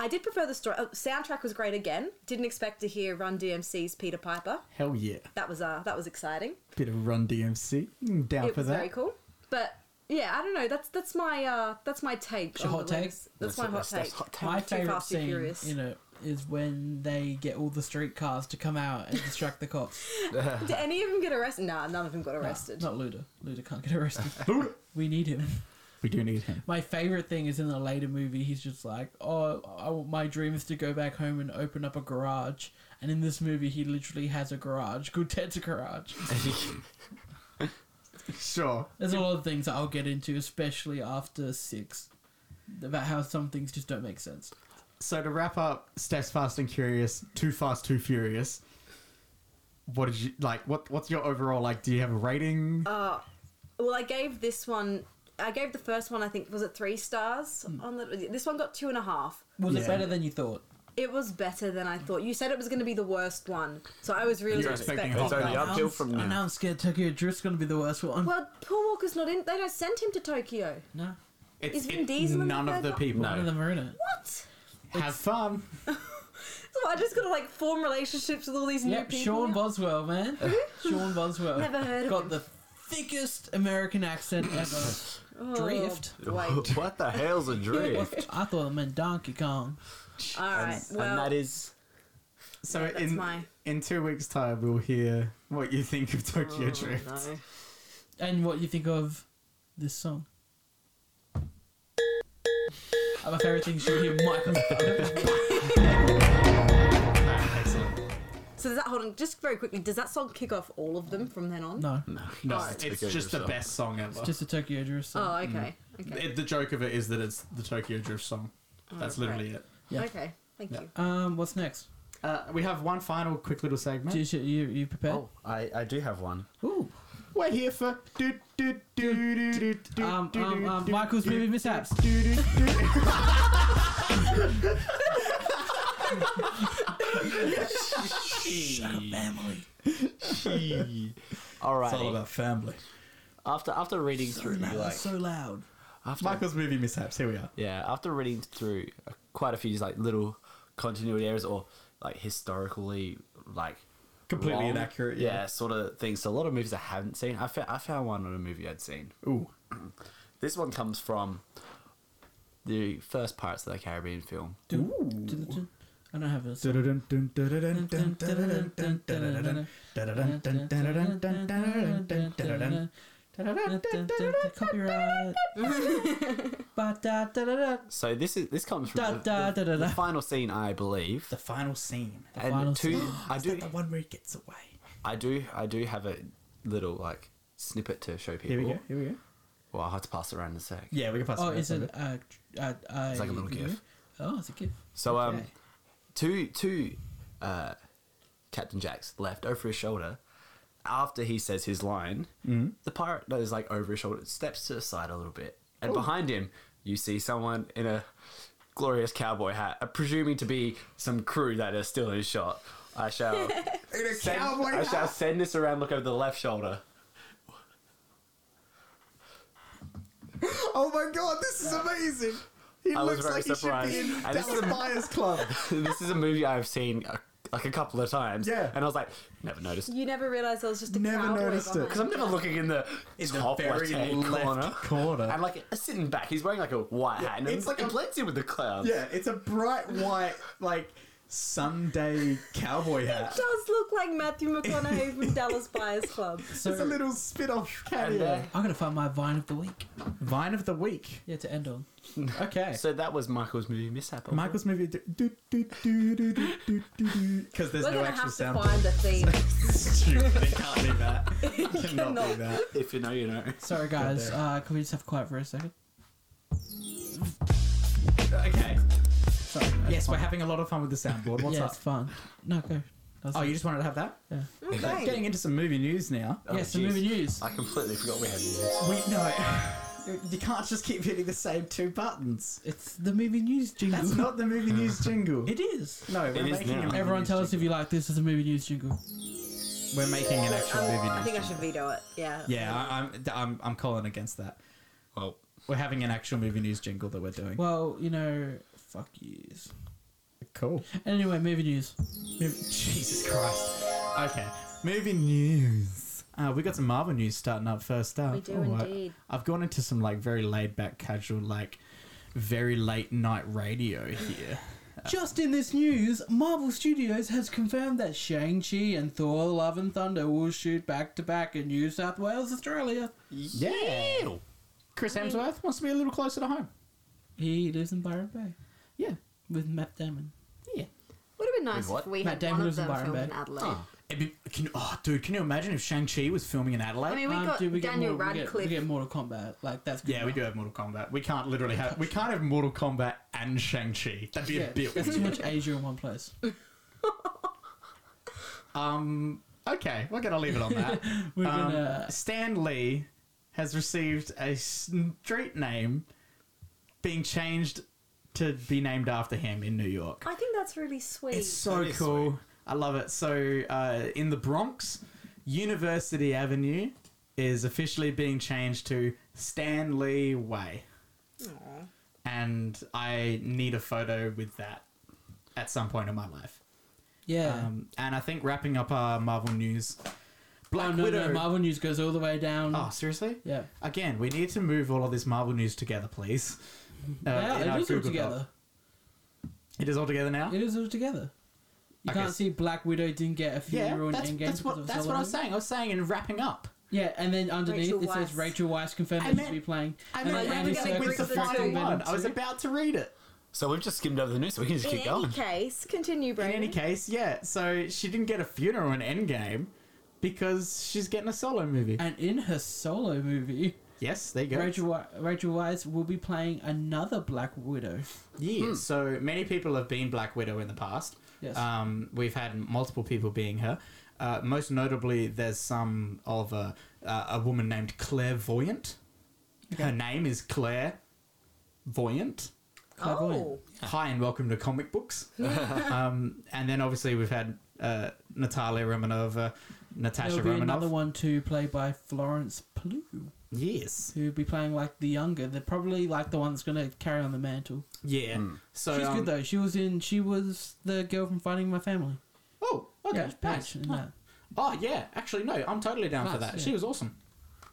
I did prefer the story. Oh, soundtrack was great again. Didn't expect to hear Run DMC's Peter Piper.
Hell yeah.
That was uh, that was exciting.
Bit of Run DMC. Mm, Down
it
for
was
that.
very cool. But yeah, I don't know. That's that's my uh, that's my take.
It's your
on
hot
the
take?
latest- That's,
That's
my
it,
hot
that's- that's
take.
hot take.
My
Too
favorite
Fast, Too
scene
Furious.
in it is when they get all the street cars to come out and distract the cops.
Did any of them get arrested? Nah, none of them got <laughs> arrested.
Not Luda. Luda can't get
<laughs>
arrested. we need him.
We do need him.
My favorite thing is in the later movie, he's just like, "Oh, I, my dream is to go back home and open up a garage." And in this movie, he literally has a garage <laughs> called Ted's Garage.
Sure.
There's a lot of things that I'll get into, especially after six, about how some things just don't make sense.
So to wrap up Steps Fast and Curious, Too Fast, Too Furious. What did you like? What What's your overall like? Do you have a rating?
Oh, Well, I gave this one. I gave the first one. I think was it three stars?
Hmm.
On the, this one got two and a half.
Was
Yeah.
it better than you thought?
It was better than I thought. You said it was going to be the worst one, so I was really
You're
expecting.
expecting
It's
Oh,
only
no.
uphill from
I
now.
know I'm scared Tokyo Drift's gonna be the worst one.
Well, Paul Walker's not in. They don't send him to Tokyo.
no,
It's,
Is Vin Diesel in the
none of
third
the
one?
people.
none of them are in it.
What?
Have fun.
So I just gotta like form relationships with all these
Yep,
new people.
Sean Boswell, man. Sean Boswell.
Never heard of
Got
him.
the thickest American accent ever.
<laughs> Oh,
Drift.
<laughs>
Wait.
<laughs> what the hell's a drift?
I thought I meant Donkey Kong.
All right. Well,
and that is
So
Yeah, that's
in
my-
in two weeks' time, we'll hear what you think of Tokyo
oh,
Drift.
<laughs>
no.
And what you think of this song? Uh, My favorite thing is you hear Michael.
Excellent.
So does that hold on? Just very quickly, does that song kick off all of them from then on?
no,
No,
Alright.
it's
Tokyo
just the
Drift song.
best song ever.
just a Tokyo Drift
Oh,
song. Mm.
okay. Okay.
It- the joke of it is that it's the Tokyo Drift song. That's
Oh, right.
literally it.
yeah.
Okay. Thank you.
Um, what's next?
Uh, we have one final quick little segment.
Do you, should you you prepared?
Oh, I, I do have one.
Ooh.
We're here for do do do do do do
Um,
do,
um,
do,
um,
do,
Michael's
do,
movie mishaps.
do, do, do.
Family.
It's all
Alrighty.
about family.
After after reading through like
so loud.
after,
Michael's movie mishaps. Here we are.
yeah after reading through uh, quite a few just, like little continuity errors or like historically like
Completely
wrong,
inaccurate. Yeah.
sort of things. So a lot of movies I haven't seen. I found I found one on a movie I'd seen.
Ooh.
This one comes from the first Pirates of the Caribbean film.
Dun, dun, dun. I don't have this. Copyright. Ba-da-da-da-da.
So this is this comes from
Da,
the,
da,
the-
da, da,
the
da.
final scene, I believe.
The final scene.
and
final
two,
scene.
I do,
one where he gets away.
I do, I do have a little like snippet to show people.
Here we go. Here we go.
Well, I'll have to pass it around in a sec.
Yeah, we can pass.
Oh,
it
is
back
it? Uh, uh, uh,
It's like a little gif.
Oh, it's a gif.
So um,
Okay.
two two, uh, Captain Jack's left over his shoulder. After he says his line,
Mm-hmm.
the pirate that is like over his shoulder steps to the side a little bit, and behind him you see someone in a glorious cowboy hat, uh, presuming to be some crew that is still in shot. I shall
<laughs>
send,
cowboy
I shall send this around. Look over the left shoulder. <laughs>
Oh my god, this is amazing. He
I was
looks
very
like he should
surprised.
be in
And this
Dallas
is a-
Buyers Club.
this is a movie I've seen uh, like a couple of times.
Yeah.
and I was like, never noticed.
You never realised I was just a
Never
cowboy
noticed it.
behind
'Cause I'm never looking in the top left hand corner.
corner.
And like sitting back, he's wearing like a white hat, and
it's
it's
like
like
a-
it blends in with the clouds.
yeah, it's a bright white, like Sunday cowboy
It
hat.
does look like Matthew McConaughey
<laughs>
from Dallas Buyers Club.
So
It's a little spin-off
And,
cameo.
uh,
I'm gonna find my vine of the week.
Vine of the week.
Yeah, to end on.
Okay.
uh, So that was Michael's movie mishap.
Michael's movie do do do do do do do do because there's
We're
no
gonna
actual
have to
sound.
find a theme. <laughs>
Stupid, they can't do that. Cannot do
cannot.
that.
if you know, you know.
Sorry, guys.
there.
Uh, can we just have quiet for a second?
Okay.
Sorry.
Yes, we're having a lot of fun with the soundboard. What's
yeah,
up?
it's fun. No, go. That's
Oh,
it.
you just wanted to have that?
Yeah.
Okay.
Getting into some movie news now.
Oh,
yeah, some
jeez.
movie news.
I completely forgot we had this.
We no, <sighs> you can't just keep hitting the same two buttons.
It's the movie news jingle.
That's not the movie news jingle.
It is.
no, we're
It is
making a
now.
movie
Everyone,
news
tell us if
jingle.
you like this as a movie news jingle.
We're making an actual movie news.
Um, I think I
jingle.
should veto it. Yeah.
Yeah, I, I'm, I'm I'm calling against that.
Well,
We're having an actual movie news jingle that we're doing.
Well, you know, fuck yous.
cool.
Anyway, movie news.
Jesus Christ. Okay, movie news. Uh, we got some Marvel news starting up first up.
We do
I-
indeed.
I've gone into some like very laid back, casual, like very late night radio here.
Just in this news, Marvel Studios has confirmed that Shang-Chi and Thor Love and Thunder will shoot back to back in New South Wales, Australia.
yeah. Chris Hemsworth wants to be a little closer to home.
He lives in Byron Bay
Yeah.
with Matt Damon.
Yeah.
Would have been nice
Wait, what?
if we
Matt
had
Damon
one of
lives in
them
Byron
filmed
Bay.
in Adelaide.
It'd be, can, oh, dude, can you imagine if Shang-Chi was filming in Adelaide?
I mean, we got
dude,
Daniel
more- Um,
Radcliffe.
We get, we get Mortal Kombat. Like that's good
yeah, we do
enough.
have Mortal Kombat. We can't literally have we can't have Mortal Kombat and Shang-Chi. That'd be a
Yeah,
bit
that's
weird.
too
<laughs>
much Asia in one place.
Um, okay, we're gonna leave it on <laughs> that.
We're
um,
gonna.
Stan Lee has received a street name being changed to be named after him in New York.
I think that's really sweet.
It's so
That is
cool. I love it. So uh, in the Bronx, University Avenue is officially being changed to Stan Lee Way. And I need a photo with that at some point in my life.
Yeah.
Um, and I think wrapping up our Marvel news, Black
oh, no,
Widow.
no, Marvel news goes all the way down.
oh, seriously?
Yeah.
Again, we need to move all of this Marvel news together, please. Uh,
yeah,
in our
it is all
Google Doc.
together.
It is all together now.
It is all together. You
Okay.
can't see Black Widow didn't get a
yeah,
funeral
that's,
in Endgame.
that's
because
what
of eh?
that's what I was
Solo.
saying. I was saying in wrapping up.
Yeah, and then underneath
Rachel
it
Weisz.
says Rachel Weiss confirmed
I
that
meant-
she'll be playing.
I
And
mean,
then
meant
Andy
wrapping up
Serkis
with the
confirmed
final
Venom
one.
I was
too.
about to read it.
So we've just skimmed over the news, so we can just
In
keep
any
going.
case, continue,
In
Brandon.
any case, yeah. So she didn't get a funeral in Endgame because she's getting a solo movie.
And in her solo movie,
Yes, there you go.
Rachel, Wi- Rachel Weisz will be playing another Black Widow.
Yeah. So many people have been Black Widow in the past.
Hmm. Yes.
Um, we've had multiple people being her. Uh, most notably, there's some of a, uh, a woman named Clairvoyant. Her name is Claire Voyant.
oh,
Clairvoyant.
Hi and welcome to comic books. um, and then obviously we've had uh, Natalia Romanova, Natasha
There'll be
Romanova.
another one too, played by Florence Pugh,
Yes.
who'll be playing like the younger. They're probably like the one that's gonna carry on the mantle.
Yeah. So
She's
um,
good though. She was in. She was the girl from Finding My Family.
Oh, okay.
yeah,
nice.
Paige in that.
Oh yeah, actually no, I'm totally down for
Nice,
that.
yeah.
She was awesome.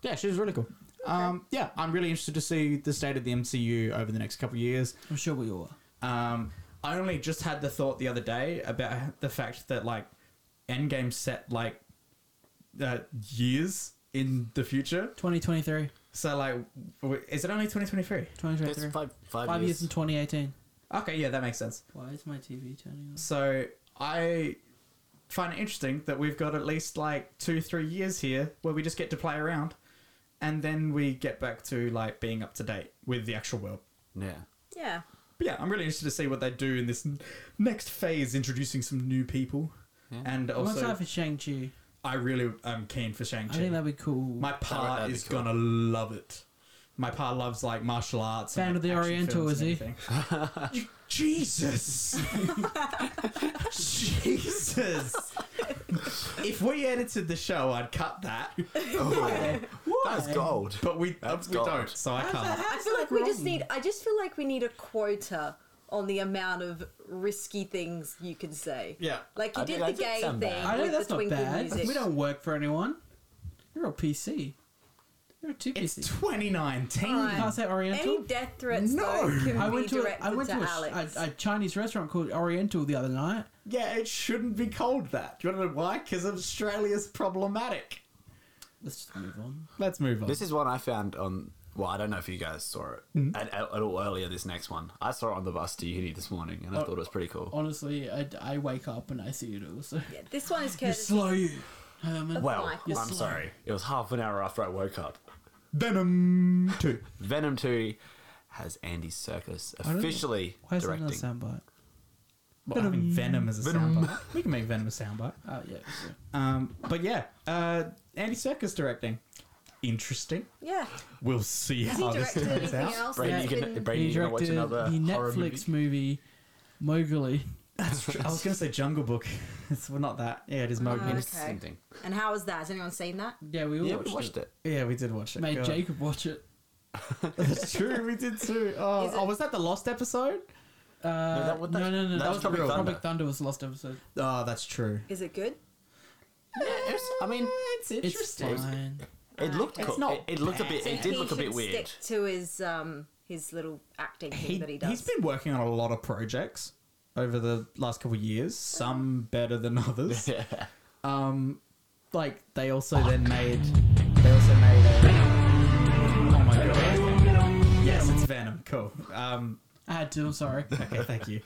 Yeah, she was really cool. Um, yeah, I'm really interested to see the state of the MCU over the next couple of years.
I'm sure we all are.
Um, I only just had the thought the other day about the fact that like Endgame set like uh, years in the future.
2023.
So like, w- is it only 2023?
2023.
That's five, five,
Five years
years.
in 2018.
Okay, yeah, that makes sense.
Why is my TV turning on?
So I find it interesting that we've got at least like two, three years here where we just get to play around, and then we get back to like being up to date with the actual world.
Yeah.
<laughs> yeah.
But yeah, I'm really interested to see what they do in this n- next phase, introducing some new people, and
I'm
also
excited for Shang-Chi.
I really am keen for Shang
I think
Chi.
that'd be cool.
My
that'd
part
be
is
cool.
gonna love it. My pa loves like martial arts.
Fan
and,
of the
like, action
Oriental,
films and
is he?
everything. <laughs> Jesus, <laughs> Jesus! if we edited the show, I'd cut that,
That's gold.
but we
That's
we
gold.
don't, so I can't.
I feel like we just need. I just feel like we need a quota on the amount of risky things you can say.
Yeah.
Like you
I
did
think- I
the
think
gay
some
thing
bad.
I know
with
that's
the
not
twinkly
bad.
music.
We don't work for anyone. You're a PC. You're a two
It's
PC.
2019.
You can't say Oriental.
Any death threats
No.
though can
I
be
went to a,
directed
I went to, a,
Alex.
a, a Chinese restaurant called Oriental the other night.
Yeah, it shouldn't be called that. Do you want to know why? Because Australia's problematic.
Let's just move on.
Let's move on.
This is one I found on. Well, I don't know if you guys saw it at, at, at all earlier. This next one, I saw it on the bus to uni this morning, and I thought it was pretty cool.
Honestly, I, I wake up and I see it also.
yeah, this one is
You
Curtis.
slow you, <laughs> Herman.
Well,
Michael.
I'm sorry. It was half an hour after I woke up.
Venom 2.
Venom Two has Andy Circus
don't-
officially
Why is there another
directing.
soundbite?
Well, I mean, Venom is a soundbite. We can make Venom a soundbite.
Oh yeah. sure.
Um, but yeah, uh, Andy Serkis directing. Interesting.
Yeah.
We'll see
Has he directed anything else?
Brady,
Yeah.
you
Been-
can, Brady,
he
you gonna watch
directed
another
the
horror
Netflix movie, Mowgli.
I was going to say Jungle Book. <laughs> It's well, not that. Yeah, it is Mowgli.
Uh,
It's the same
Okay.
thing.
And how was that? Has anyone seen that?
Yeah, we all
Yeah,
watched,
we watched
it.
it.
yeah, we did watch it.
Made
God.
Jacob watch it.
That's true. We did too. Oh,
<laughs> Is it-
oh, was that the lost episode?
Uh, no,
that- what the-
no, no,
that
That
was
was
Tropic
Tropic Thunder.
Thunder.
was the last episode.
Oh, that's true.
Is it good?
Yeah, it was, I mean,
It's
It's
interesting. Uh,
fine.
it looked
It's
cool.
not
it, it looked a
bad.
bit.
So
It did
he
look a bit
should
weird.
Stick to his um his little acting thing that he does.
has been working on a lot of projects over the last couple of years, some better than others.
<laughs>
Um, <laughs> like they also then made, they also made. A, oh my god! Yes, it's Venom. Cool. Um,
I had to. I'm
<laughs>
sorry.
okay, thank you.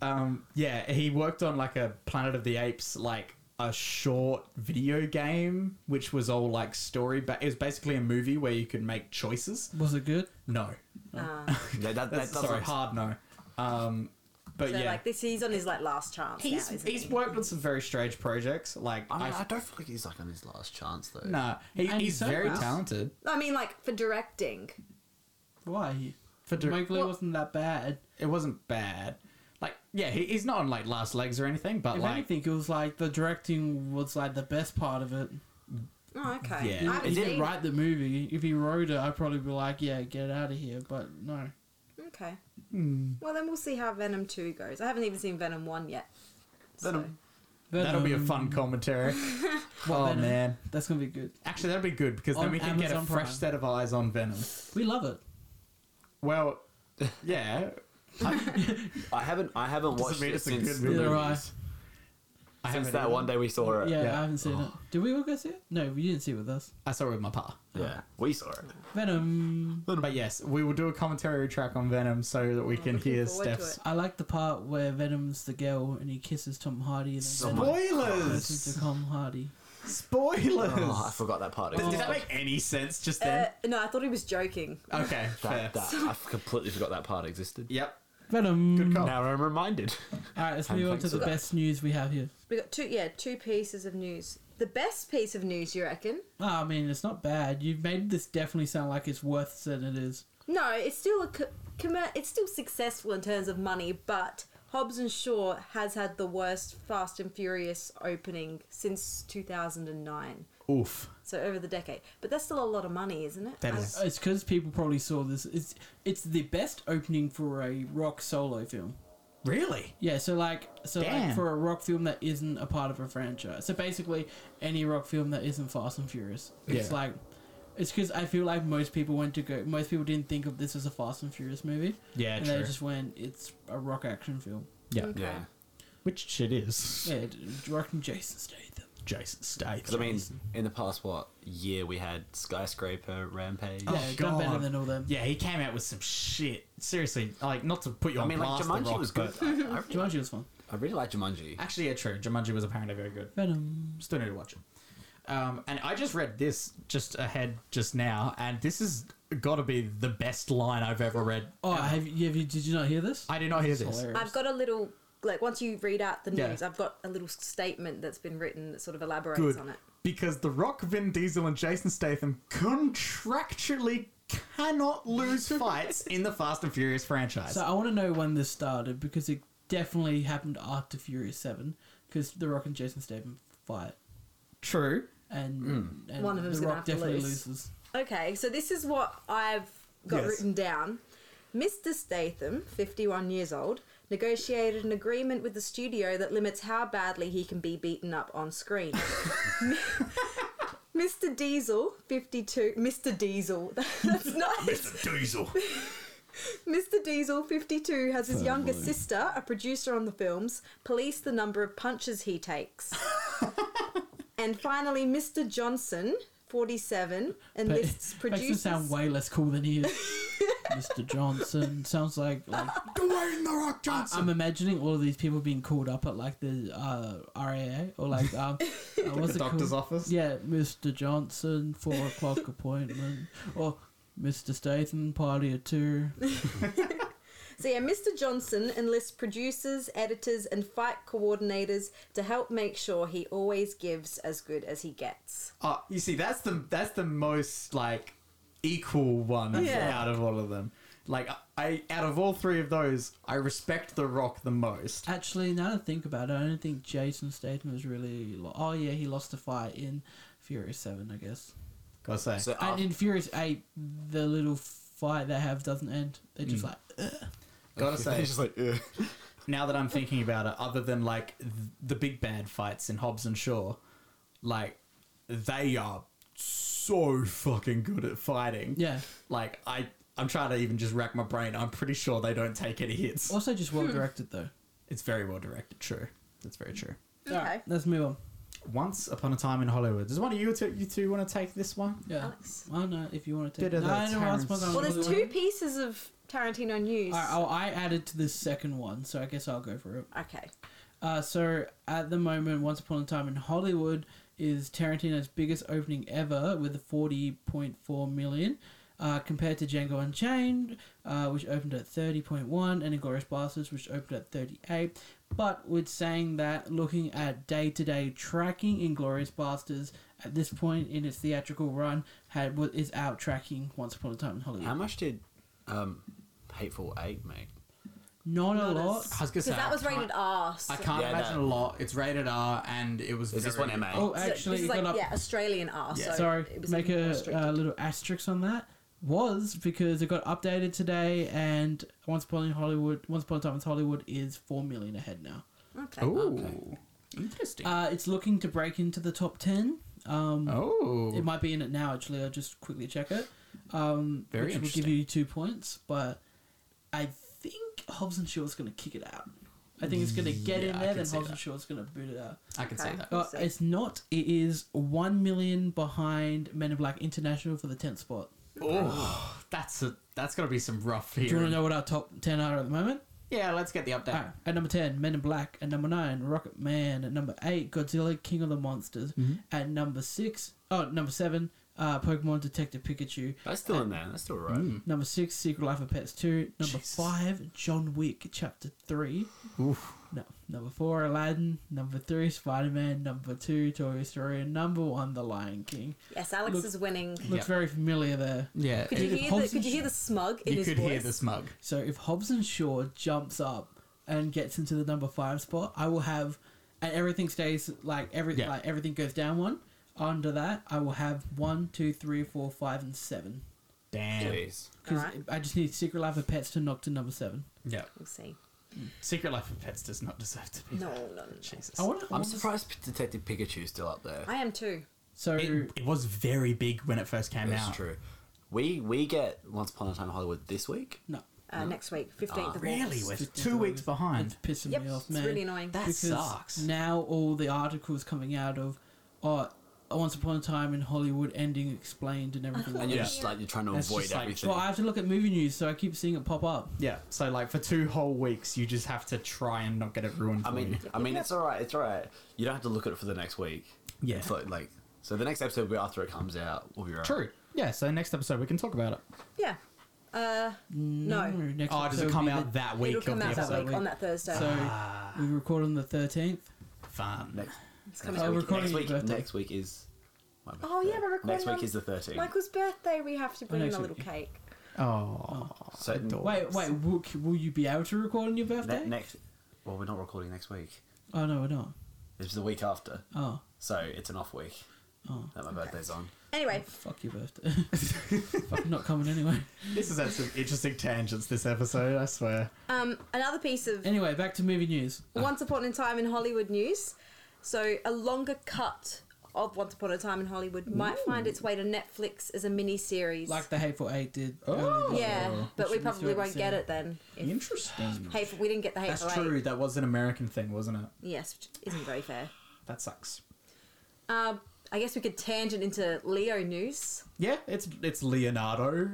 Um, yeah, he worked on like a Planet of the Apes, like a short video game, which was all like story. But it was basically a movie where you could make choices.
Was it good?
No,
That, that, that
that's sorry,
doesn't.
hard no. Um, but
so
yeah,
like this, he's on his like last chance.
he's
now, isn't
he's
he?
worked on some very strange projects. Like
I, mean,
I've-
I don't think he's like on his last chance though.
Nah, he,
And
he's
so
very
well.
talented.
I mean, like for directing.
Why?
For dir-
Mowgli
Well-
wasn't that bad.
It wasn't bad. Like, yeah, he, he's not on like last legs or anything, but
If
like,
anything, it was like the directing was like the best part of it.
Oh, okay.
Yeah.
I
He
haven't
didn't
seen
write the movie. If he wrote it, I'd probably be like, yeah, get out of here. But no.
it. Okay. Well, then we'll see how Venom two goes. I haven't even seen Venom one yet.
Venom.
That'll be a
um,
fun
<laughs>
commentary. oh
Venom.
man,
That's gonna be good.
actually that'll be good because then
On
we can get a
Amazon
fresh
Prime.
set of eyes on Venom.
We love it.
Well, <laughs> yeah,
I haven't I haven't watched
mean
it
it's a
since,
good
since
movie.
Neither I.
I haven't
that
either.
one day we saw it.
Yeah,
Yeah. Oh.
I haven't seen it. Did we all go see it? No, you didn't see it with us.
I saw it with my pa.
Yeah, we
<laughs>
saw it.
Venom.
But yes, we will do a commentary track on Venom so that we
Oh,
can
looking
hear
forward to
Steph's.
I like the part where Venom's the girl and he kisses Tom Hardy and
Oh
then Venom kisses
Spoilers!
to Tom Hardy.
Spoilers!
Oh, <laughs> I forgot that part.
Did that make any sense just
Uh,
then?
no, I thought he was joking.
Uh,
okay, fair.
That, that, I completely forgot that part existed.
Yep.
Venom.
Good call.
Now
<laughs>
I'm reminded.
All right, let's move on to the best news we have here.
We got two, yeah, two pieces of news. The best piece of news, you reckon?
Oh, I mean, it's not bad. You've made this definitely sound like it's worse than it is.
No, it's still a co- commer- it's still successful in terms of money, but Hobbs and Shaw has had the worst Fast and Furious opening since 2009.
Oof.
So over the decade, but that's still a lot of money, isn't it?
That
I-
is-
It's because people probably saw this. It's it's the best opening for a rock solo film.
Really?
Yeah, so like so like
Damn.
for a rock film that isn't a part of a franchise. So basically, any rock film that isn't Fast and Furious. It's
Yeah.
like it's because I feel like most people went to go. Most people didn't think of this as a Fast and Furious movie.
Yeah,
and
true.
they just went, it's a rock action film.
Yeah.
Yeah,
Which shit is.
Yeah, d- directing Jason Statham.
Jason
because I
Statham.
mean, in the past what year we had skyscraper rampage.
Oh,
Yeah, done better
God.
than all them.
Yeah, he came out with some shit. Seriously, like not to put you
I
on
mean, like
blast, The
Jumanji
Rock,
was good.
but-
I, I really,
Jumanji was fun.
I really like Jumanji.
Actually, yeah, true. Jumanji was apparently very good.
Venom.
Still need to watch it. Um, and I just read this just ahead just now, and this has got to be the best line I've ever read.
Oh, have you, have you? Did you not hear this?
I did not hear
It's
this.
hilarious.
I've got a little like once you read out the
Yeah.
news, I've got a little statement that's been written that sort of elaborates
Good.
on it.
Because The Rock, Vin Diesel, and Jason Statham contractually cannot lose fights in the Fast and Furious franchise.
So I want to know when this started because it definitely happened after Furious Seven because The Rock and Jason Statham fight
true.
and,
Hmm.
and
One of them's
The
gonna
Rock
have to
definitely
lose.
loses.
Okay, so this is what I've got
Yes.
written down. Mr. Statham, 51 years old, negotiated an agreement with the studio that limits how badly he can be beaten up on
<laughs>
screen. Mr. Diesel, 52. Mr. Diesel, <laughs> that's nice.
Diesel.
Mr. Diesel, 52, has
Oh,
his younger sister, a producer on the films, police the number of punches
<laughs>
he takes. and finally, Mr. Johnson, 47, enlists
But it <laughs> makes him
producers.
sound way less cool than he
<laughs>
is. Mr. Johnson sounds like, like
Dwayne The Rock Johnson.
I'm imagining all of these people being called up at like the uh, RAA or
<laughs>
like um, uh, what's
the
it
doctor's
called?
office.
Yeah, Mr. Johnson, four o'clock
<laughs>
appointment, or Mr. Statham, party at two.
So yeah, Mr. Johnson enlists producers, editors, and fight coordinators to help make sure he always gives as good as he gets.
Oh, you see, that's the that's the most like equal one
Yeah.
out of all of them. Like I, out of all three of those, I respect The Rock the most.
Actually, now that I think about it, I don't think Jason Statham was really. Lo- oh yeah, he lost a fight in Furious Seven, I guess.
Gotta say,
So uh,
And
after,
in Furious Eight, the little fight they have doesn't end. They're
Mm.
just like, "Uh,"
<laughs>
gotta say.
just like "Ugh."
now that I'm thinking about it, other than like th- the big bad fights in Hobbs and Shaw, like they are so fucking good at fighting.
yeah.
Like I, I'm trying to even just rack my brain. I'm pretty sure they don't take any hits.
Also, just
Hmm.
well directed though.
It's very well directed. True. That's very true.
Okay.
Alright, let's move on.
Once Upon a Time in Hollywood. Does one of you two, you two want to take this one?
Yeah.
Alex.
I don't know if you want to take.
Bit of
no,
the
I don't want to
Terrence.
sponsor-
Well, there's two pieces of Tarantino news.
Alright, oh, I added to this second one, so I guess I'll go for it.
Okay.
Uh, so at the moment, Once Upon a Time in Hollywood is Tarantino's biggest opening ever with 40.4 million, uh, compared to Django Unchained, uh, which opened at 30.1, and Inglourious Basterds, which opened at 38. But with saying that, looking at day-to-day tracking, Inglourious Basterds at this point in its theatrical run had wa- is out tracking Once Upon a Time in Hollywood.
how much did um, Hateful Eight make?
Not a
Not as-
lot.
I was gonna
Because
say
that was
I can't-
rated R. so-
I can't
Yeah,
imagine
no.
a lot. It's rated R, and it was.
Is this
very-
one MA?
Oh,
so
actually,
this
it
is
got
like
up
yeah, Australian R. So
sorry,
it was
make
even more
a,
restricted.
uh little asterisk on that. Was because it got updated today, and Once Upon in Hollywood, Once Upon a Time in Hollywood is four million ahead now.
okay.
Ooh. Oh. Interesting.
Uh, it's looking to break into the top ten. Um,
oh.
It might be in it now. Actually, I'll just quickly check it. Um,
Very
which will
interesting.
give you two points, but I think Hobbs and Shaw's going to kick it out. I think it's going to get
Yeah,
in
I
there,
can
then
see
Hobbs and
that.
Shaw's going to boot it out.
I can
Okay.
see that.
Uh,
see.
it's not. It is one million behind Men in Black International for the tenth spot.
Oh, that's a that's got to be some rough here.
Do you want to know what our top ten are at the moment?
Yeah, let's get the update.
Alright, at number 10, Men in Black. At number 9, Rocket Man. At number 8, Godzilla, King of the Monsters.
Mm-hmm.
At number 6, oh, number 7, uh, Pokemon Detective Pikachu.
That's still in there. That's still right.
Mm.
Number 6, Secret Life of Pets 2. Number 5, John Wick, Chapter 3.
Oof.
No, number 4, Aladdin. Number 3, Spider Man. Number 2, Toy Story. And number 1, The Lion King.
Yes, Alex
Look-
is winning.
Looks
Yep.
very familiar there.
Yeah,
Could you
It-
hear the
Hobbs
Could
and
you hear the smug in
you
his
could
voice?
hear the smug.
So if Hobbs and Shaw jumps up and gets into the number five spot, I will have, and everything stays like every
Yeah.
like everything goes down one. Under that, I will have one, two, three, four, five, and seven.
Damn.
Jeez.
Because
Alright.
I just need Secret Life of Pets to knock to number seven.
Yeah.
We'll see.
Secret Life of Pets does not deserve to be.
No,
there.
no, no. no.
Jesus.
I want
I'm
to.
surprised P- Detective Pikachu's still up there.
I am too.
So
It, it was very big when it first came
That's
out.
true. We we get Once Upon a Time in Hollywood this week.
no,
Uh, next week, fifteenth of
Really,
August.
we're
Fifty
two weeks
dollars.
behind.
it's pissing
Yep,
me off,
it's
man.
really annoying.
That
because
sucks.
Now all the articles coming out of, oh, Once Upon a Time in Hollywood ending explained and
<laughs>
everything. like
And you're
Yeah.
just like you're trying to
That's
avoid
just like-
everything.
Well, I have to look at movie news, so I keep seeing it pop up.
Yeah. So like for two whole weeks, you just have to try and not get it ruined.
I
for
mean,
you.
I mean, it's all right. It's all right. You don't have to look at it for the next week.
Yeah.
It's like, like- so the next episode will be after it comes out. We'll be right.
true. Yeah. So next episode we can talk about it.
Yeah. Uh, no.
next
Oh, does
episode
it come
will be
out
the-
that Ah. week
It'll
of
come
the
out
that
that
episode?
week on that Thursday.
So we record on the thirteenth.
Fun.
Next,
it's coming
Oh,
out.
we're
weekend.
recording
next
your
week.
birthday.
Next week is. my
Oh, yeah,
birthday.
we're recording
Next
on
week is the thirteenth.
Michael's birthday. We have to bring in
next
a little
week.
cake.
Oh.
So
Adorable.
Wait, wait. Will, will you be able to record on your
ne-
birthday?
next. Well, we're not recording next week.
Oh no, we're not.
It's the week after,
Oh,
so it's an off week.
Oh.
that my birthday's on.
Anyway,
fuck your
<laughs>
birthday. <laughs> Fuck, not coming anyway.
This has had some interesting tangents this episode, I swear.
um, another piece of
Anyway, back to movie news.
<laughs> Once Upon a Time in Hollywood news. So, a longer cut of Once Upon a Time in Hollywood might find its way to Netflix as a mini series.
Like the Hateful Eight did.
Oh.
early this
<laughs> yeah,
year,
but
which
we
still
probably
haven't
won't get
seen.
it then. If
Interesting.
hateful, we didn't get the
That's
hateful
true.
eight.
That was an American thing, wasn't it?
Yes, which isn't very fair.
That sucks.
Um, I guess we could tangent into Leo news.
Yeah, it's it's Leonardo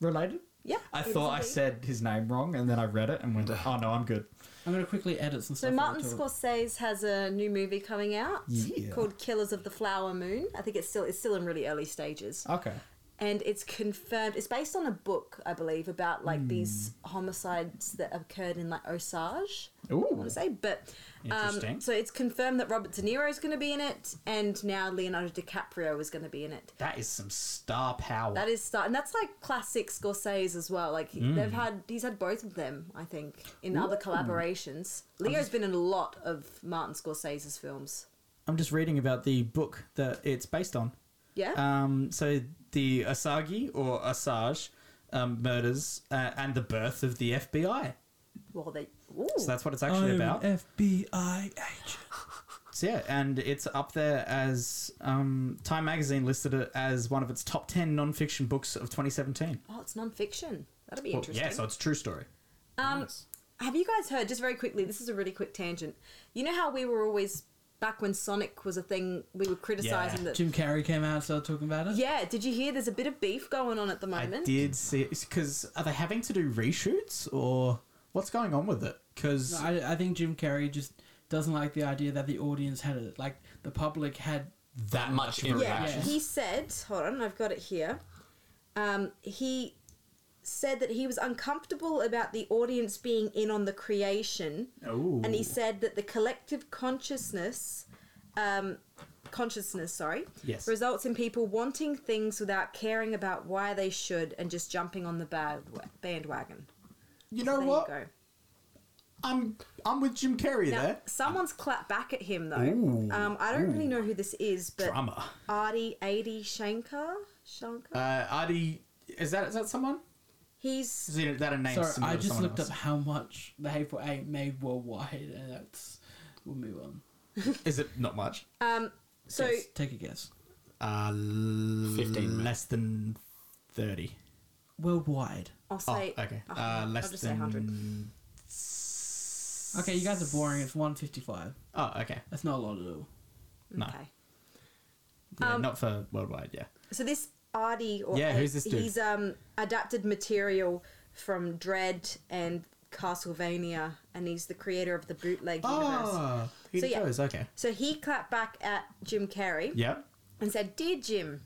related.
Yep.
I
it is
thought I
indeed.
said his name wrong, and then I read it and went, "Oh no, I'm good."
I'm gonna quickly edit some stuff.
So
while
Martin
we talk.
Scorsese has a new movie coming out
Yeah.
called Killers of the Flower Moon. I think it's still it's still in really early stages.
Okay.
and it's confirmed it's based on a book i believe about like
Hmm.
these homicides that occurred in like osage i
Ooh.
want to say but um,
Interesting.
so it's confirmed that robert de niro is going to be in it and now leonardo dicaprio is going to be in it
That is some star power.
that is star- and that's like classic scorsese as well like
Mm.
they've had he's had both of them i think in other collaborations leo's been in a lot of martin scorsese's films
I'm just reading about the book that it's based on.
yeah
Um, so the Asagi or Asajj um, murders uh, and the birth of the FBI.
well they ooh.
So that's what it's actually
I'm
about.
an FBI agent.
So yeah, and it's up there as um, Time Magazine listed it as one of its top ten non-fiction books of 2017.
oh it's non-fiction that'll be
Well,
interesting
yeah, so it's a true story.
Um,
Nice.
Have you guys heard, just very quickly, this is a really quick tangent. You know how we were always, back when Sonic was a thing, we were criticising
Yeah.
that.
<laughs> Jim Carrey came out and started talking about it.
yeah, did you hear there's a bit of beef going on at the
I
moment?
did see because are they having to do reshoots or what's going on with it? Because
I, I think Jim Carrey just doesn't like the idea that the audience had it, like the public had.
that
much
much of a
Yeah,
reaction.
he said, hold on, I've got it here. Um, he said that he was uncomfortable about the audience being in on the creation.
Ooh.
and he said that the collective consciousness um, consciousness sorry
Yes.
results in people wanting things without caring about why they should and just jumping on the bad bandwagon
you
So
know
there
what?
you go.
I'm I'm with Jim Carrey
now
there.
someone's clapped back at him though
Ooh.
um, i don't really know who this is but
Drama.
Adi Adi Shankar Shankar
Uh, Adi, is that is that someone? Is
he's
it- that a name?
Sorry, I
similar to
just
someone
looked
else?
up how much the Hateful Eight made worldwide, and that's We'll move on.
<laughs> Is it not much?
So
Guess. take a guess.
Uh,
15
15 less than 30.
Worldwide.
I'll say.
oh, okay.
a hundred.
Uh, less
I'll just
than.
say 100.
Okay, you guys are boring. It's 155.
Oh, okay.
That's not a lot at all.
No.
Okay.
Yeah,
Um,
not for worldwide, yeah.
So this Artie, or
Yeah, who's this dude?
He's um adapted material from Dread and Castlevania, and he's the creator of the bootleg universe.
Oh, he
So, yeah.
does. Okay.
So he clapped back at Jim Carrey
Yep.
and said, "Dear Jim."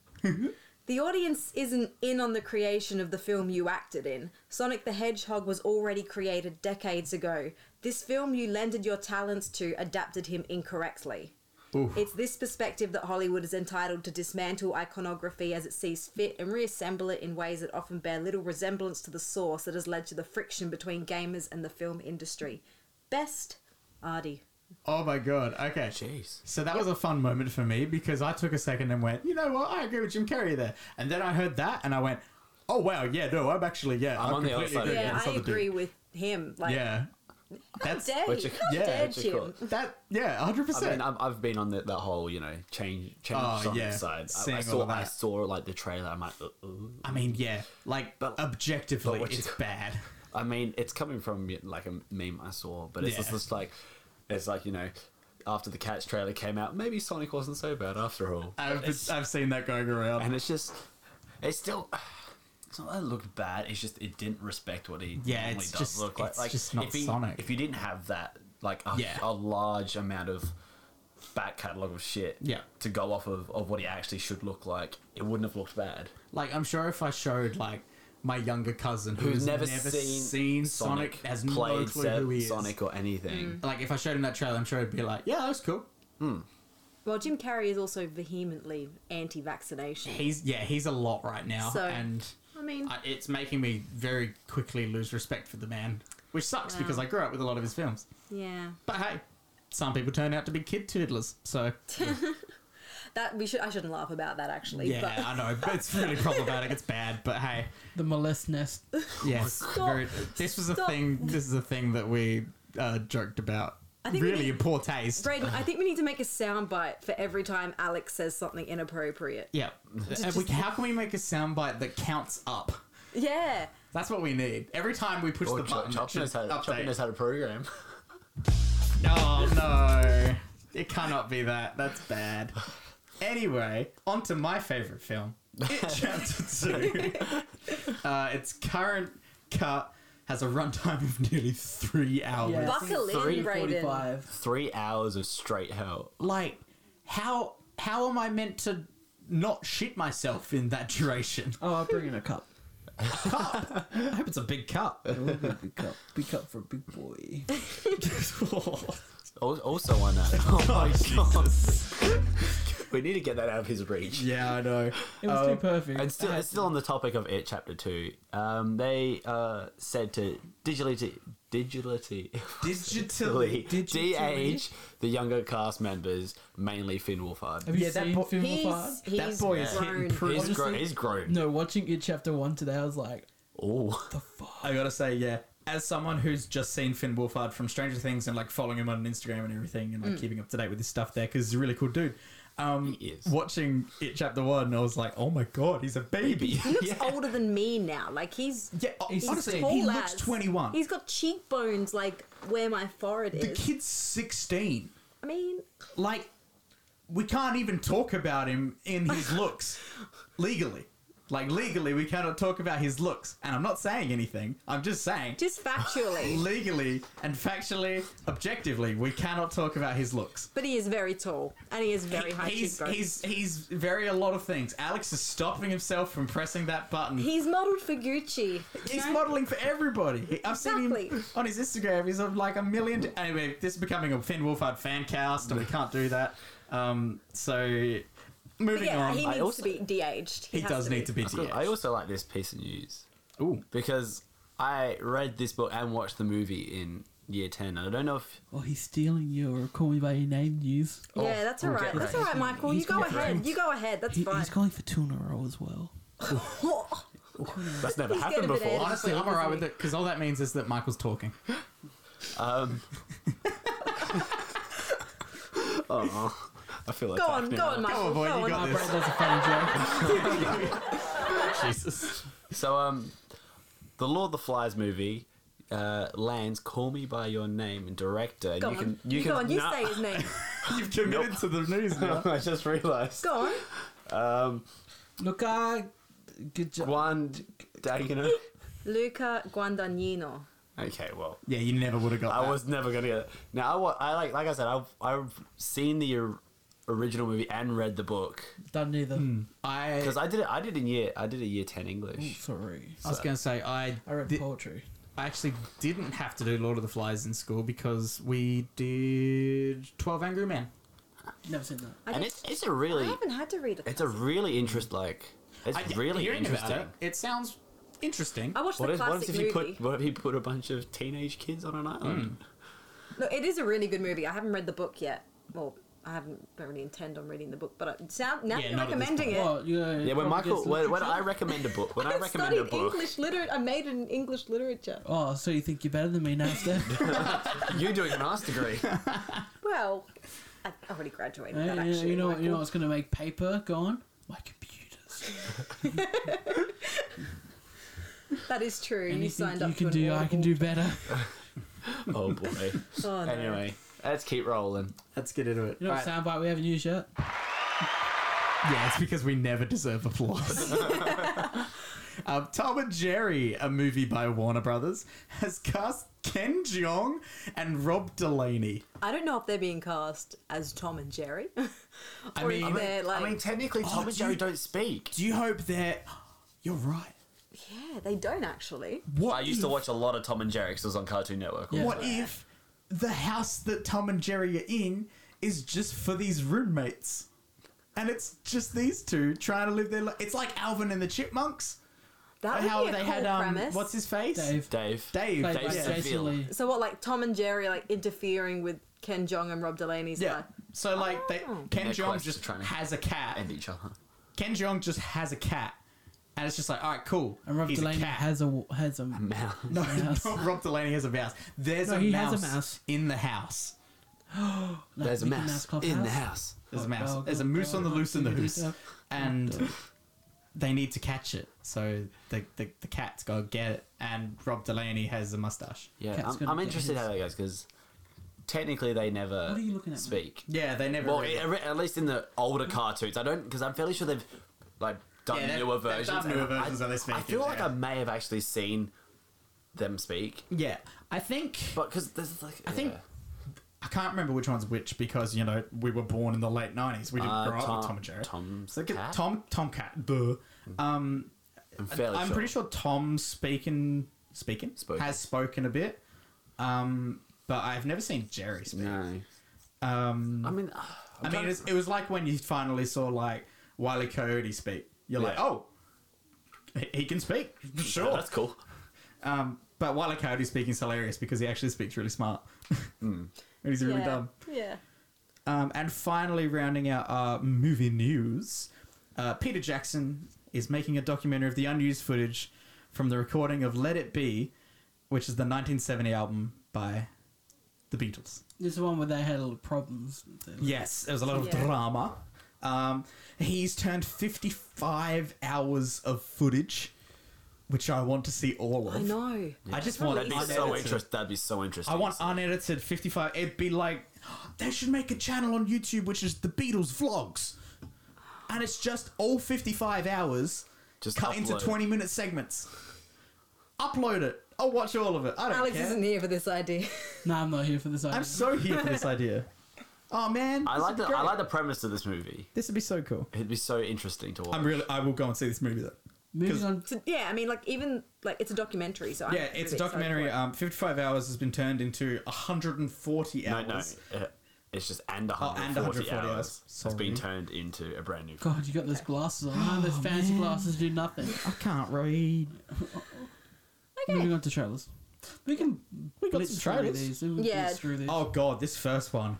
The audience isn't in on the creation of the film you acted in. Sonic the Hedgehog was already created decades ago. This film you lended your talents to adapted him incorrectly.
Oof.
It's this perspective that Hollywood is entitled to dismantle iconography as it sees fit and reassemble it in ways that often bear little resemblance to the source that has led to the friction between gamers and the film industry. Best, Artie.
Oh my god. Okay.
Jeez.
So that was a fun moment for me because I took a second and went, you know what? I agree with Jim Carrey there. And then I heard that and I went, oh wow, yeah, no, I'm actually, yeah,
I'm on the other
completely agree with this
Yeah,
side of it.
I
other dude."
agree with him. Like,
Yeah.
how
That's
dare
Which
he?
you-
How
yeah,
dare
which you
Jim?
call-
that. Yeah, 100%.
I mean, I've, I've been on the, that whole, you know, change change
Oh,
song
yeah.
side. I,
Seeing
I
all
saw
of
I
that.
saw like the trailer. I'm like, uh, uh.
I mean, yeah, like
But-
objectively,
but what you
it's
call- <laughs>
bad.
I mean, it's coming from like a meme I saw, but it's
Yeah.
just, just like it's like you know, after the Cats trailer came out, maybe Sonic wasn't so bad after all,
I've, I've seen that going around.
and it's just it's still. It's not that it looked bad. It's just it didn't respect what he
Yeah,
normally
it's
does
just-
look like.
it's
like
just not
if he,
Sonic.
If you didn't have that, like a,
Yeah.
a large amount of back catalog of shit,
Yeah.
to go off of of what he actually should look like, it wouldn't have looked bad.
Like, I'm sure if I showed like my younger cousin who's,
Who's
never, seen, Sonic, has no clue
Seth
who he is.
Sonic or anything.
Like, if I showed him that trailer, I'm sure he'd be like, "Yeah, that was cool."
Well, Jim Carrey is also vehemently anti-vaccination.
He's yeah, he's a lot right now,
So-
and
I mean,
I, it's making me very quickly lose respect for the man, which sucks because I grew up with a lot of his films.
yeah.
But hey, some people turn out to be kid toodlers,
<laughs>
so
That we should. I shouldn't laugh about that actually.
yeah,
But
I know but it's really problematic. It's bad, but
<laughs>
hey,
The molest nest.
yes,
Stop.
very, this was
Stop.
a thing. This is a thing that we uh, joked about.
I think we
really
need-
in poor taste.
Braden,
<sighs>
I think we need to make a soundbite for every time Alex says something inappropriate.
Yeah. And we, how can we make a soundbite that counts up?
Yeah.
That's what we need. Every time we push
Or
the
Oh, Chop-
button, it
Chop
should
knows how to- Chop
update.
knows how to program.
Oh no! It cannot be that. That's bad. Anyway, on to my favorite film, It
<laughs>
Chapter Two. uh, its current cut has a runtime of nearly three hours.
Yeah.
Buckle in, Brayden.
45.
Three hours of straight hell.
Like, how how am I meant to not shit myself in that duration?
Oh, I'll bring in a cup.
I hope it's a big
<laughs>
cut.
big cup. Big cup for a big boy.
Al- Also on <laughs> that. Oh my god. We need to get that out of his reach.
yeah, I know.
It was too perfect.
Um, And still,
I had
it's still on the topic of it, chapter two. Um, they uh, said to digitally, digitally,
Digitally.
digitally, <laughs> de-age the younger cast members, mainly Finn
Have
Wolfhard.
you
Yeah, that
seen
bo-
Film
He's,
Five?
he's
That boy is
grown.
hitting pretty.
He's, gro-
honestly-
he's grown.
No, watching it chapter one today, I was like,
Oh,
the fuck.
I gotta say, yeah. As someone who's just seen Finn Wolfhard from Stranger Things and like following him on Instagram and everything,
Mm.
and like keeping up to date with his stuff there, because he's a really cool dude. Um,
He is.
Watching it chapter one, I was like, oh my god, he's a baby. <laughs>
He looks older than me now. Like he's
yeah,
He's
honestly,
tall
he
as-
looks twenty one.
He's got cheekbones like where my forehead
The
is.
kid's sixteen.
I mean,
Like, we can't even talk about him in
<laughs>
his looks legally. Like legally, we cannot talk about his looks. And I'm not saying anything. I'm just saying
just
<sighs>
factually.
legally and factually, objectively, we cannot talk about his looks.
but he is very tall and he is very high
he's,
cheekbones. He's,
he's he's very a lot of things. Alex is stopping himself from pressing that button.
modelled for Gucci.
he's modeling for everybody. He- I've seen
Exactly.
him on his Instagram. He's on like a million. anyway, this is becoming a Finn Wolfhard fan cast, and we can't do that. Um, so
But
moving
yeah,
on,
he
I-
needs
also-
to be de-aged.
he
has
does need to be. DH.
I also like this piece of news.
Ooh.
because I read this book and watched the movie in year 10 and I don't know if
Oh, he's stealing you or call me by your name news.
Oh,
Yeah, that's all right. That's all right, Michael.
He's
you go
got
ahead.
friends.
You go ahead. That's
He,
fine.
he's going for two in a row as well.
that's never
He's
happened
getting a bit
before.
out
Honestly, I'm
Isn't
alright
he?
with it because all that means is that Michael's talking.
Um, Oh, I feel like
Go on, go on, Michael.
Oh, boy,
go
you
on.
got
My
this.
brother's a funny joke.
<laughs> Jesus. <laughs> So, um, the Lord of the Flies movie uh, lands "Call Me by Your Name" and director.
Go
you
on.
can, you
You
can,
go on. You
nah. <laughs>
say his name.
You've committed to the news now.
I just realised.
Go on.
Look, I. Good job.
One,
<laughs>
Dagenham.
Luca Guadagnino.
Okay, well,
Yeah, you never would have got
I
that.
was never gonna get it. Now, I, wa- I like, like I said, I've, I've seen the or- original movie and read the book
Done neither.
Hmm.
I.
because I did it. I did in year, I did a year ten English.
Sorry.
I was going to say I
I read
di-
poetry.
I actually didn't have to do Lord of the Flies in school because we did Twelve Angry Men.
Never seen that.
I,
and
just-
it's, it's a
I
really,
haven't had to read it.
it's a really interest like, it's
I-
really
hearing about
interesting.
It, it sounds interesting.
I watched
What
the
if,
classic
what if
movie.
you put what if you put a bunch of teenage kids on an island?
No, it is a really good movie. I haven't read the book yet. Well, I haven't don't really intend on reading the book, but I, sound, now
Yeah,
you're
not at this
recommending it.
Well, yeah.
Yeah,
probably
when Michael
gets
when, when
literature.
I recommend a book,
<laughs>
when I
I've
recommend a
studied
book,
English literature. I made it in English literature.
Oh, so you think you're better than me now, <laughs> Steph?
you're doing an arts degree.
Well, I I already graduated.
Yeah,
that
yeah,
actually,
you know, you know
Michael.
what's going to make paper go on? My computers.
that is true. you
Anything
signed
you
up
can
to an
do, I can
Audible.
do better.
<laughs> oh boy.
Oh, no.
<laughs> Anyway, let's keep rolling.
Let's get into it.
You know what soundbite we haven't used yet?
Yeah, it's because we never deserve
<laughs>
applause. <laughs> um, Tom and Jerry, a movie by Warner Brothers, has cast Ken Jeong and Rob Delaney.
I don't know if they're being cast as Tom and Jerry, <laughs> or
mean- I
if
mean-
they're like,
technically,
Tom and Jerry
don't speak.
Do you hope that you're right?
yeah, they don't actually.
What
I used
if,
to watch a lot of Tom and Jerry because it was on Cartoon Network.
Yeah.
What if the house that Tom and Jerry are in is just for these roommates, and it's just these two trying to live their life? It's like Alvin and the Chipmunks.
That would
How
be a
they
cool
had um,
premise.
what's his face?
Dave.
Dave.
Dave.
Played
Dave
by
yeah.
Jason
Seville.
Lee.
so what, like Tom and Jerry, like interfering with Ken Jong and Rob Delaney's
Yeah.
life?
So like they,
Oh.
Ken
They're
Jeong
quite
just
trying to
has a cat.
and each other.
Ken Jeong just has a cat, and it's just like, all right, cool.
And Rob
He's a
Delaney
cat.
has a has a
Mouse.
<laughs> no,
mouse.
not Rob Delaney has a mouse. There's
No,
a,
he
mouse
has a mouse.
in the house.
There's a
Mickey
mouse
Club
in the
House.
house.
There's a mouse.
well,
There's a
well,
moose on the
well,
loose in the
well,
hoose,
well.
<laughs> and they need to catch it. So the the, the cat's got to get it, and Rob Delaney has a mustache.
Yeah,
Cat's
I'm,
gonna
I'm
get
interested
his.
how that goes because technically they never
What are you looking at, mate?
speak.
Yeah, they never.
Well, e-
really-
at at least in the older cartoons, I don't because I'm fairly sure they've like done
Yeah, they've-
newer
they've done
versions.
newer
and I-
versions of this
I
speaking,
feel like
yeah.
I may have actually seen them speak,
yeah, I think.
but because there's like
I think.
yeah.
I can't remember which one's which because you know we were born in the late nineties. We didn't
Uh,
grow up
Tom-
with Tom and Jerry.
Tom's
Look at
cat?
Tom Tomcat. Duh. Um,
I'm fairly
I'm
sure.
pretty sure Tom's speaking speaking
Spoken.
has spoken a bit, um, but I've never seen Jerry speak.
No,
Um,
I mean, uh,
I mean, it's, it was like when you finally saw like Wiley Coyote speak. You're like,
Yeah.
oh, he, he can speak, sure.
that's cool.
Um, but Wiley Coyote speaking is hilarious because he actually speaks really smart. <laughs>
Hmm.
and he's really
yeah.
dumb.
Yeah.
Um, and finally, rounding out our movie news, uh, Peter Jackson is making a documentary of the unused footage from the recording of Let It Be, which is the 1970 album by the Beatles.
This is the one where they had a lot of problems.
Yes, there was a lot of
Yeah.
drama. Um, he's turned 55 hours of footage, which I want to see all of.
I know.
I just want
That'd be so
unedited.
interesting. That'd be so interesting.
I want
So-
unedited 55. It'd be like, <gasps> they should make a channel on YouTube which is the Beatles vlogs. And it's just all 55 hours
Just
cut into
upload.
20 minute segments. Upload it. I'll watch all of it. I don't
Alex
care.
isn't here for this idea. <laughs>
No, I'm not here for this.
I'm
idea.
so here for this idea. Oh, man.
I
this
like
would be
the
great.
I like the premise of this movie.
This would be so cool.
It'd be so interesting to watch.
I'm really, I will go and see this movie though.
Moving
'cause-
on.
So, yeah, I mean, like even like it's a documentary, Ah, so I'm
Yeah, it's
really
a
excited
documentary.
for it.
Um, 55 hours has been turned into 140
no,
hours. Oh,
no, uh, it's just and 140,
and 140
hours,
hours.
has been
Sorry.
turned into a brand new.
God, you got those glasses on. No, those fancy glasses do nothing.
I can't read.
Moving on to trailers. We can we
got
blitz
some
through
trailers.
these. We can
Yeah.
blitz through these.
Oh god, this first one.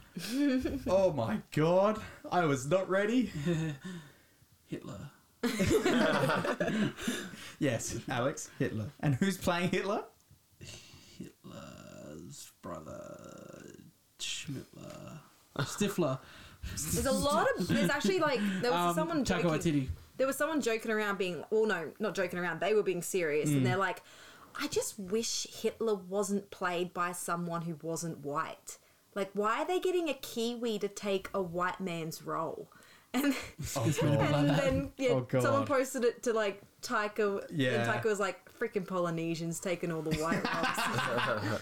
oh my god, I was not ready.
Hitler.
Yes, Alex Hitler. And who's playing Hitler?
Hitler's brother Schmittler. Stifler.
There's a lot of. There's actually like there was
Um,
someone
Taika
joking.
Waititi.
There was someone joking around, being well, no, not joking around. They were being serious,
Mm.
and they're like, "I just wish Hitler wasn't played by someone who wasn't white. Like, why are they getting a Kiwi to take a white man's role?" <laughs> And, and then yeah,
Oh, God.
someone posted it to like Taika.
Yeah.
And Taika was like, "Freaking Polynesians taking all the
<laughs>
white roles."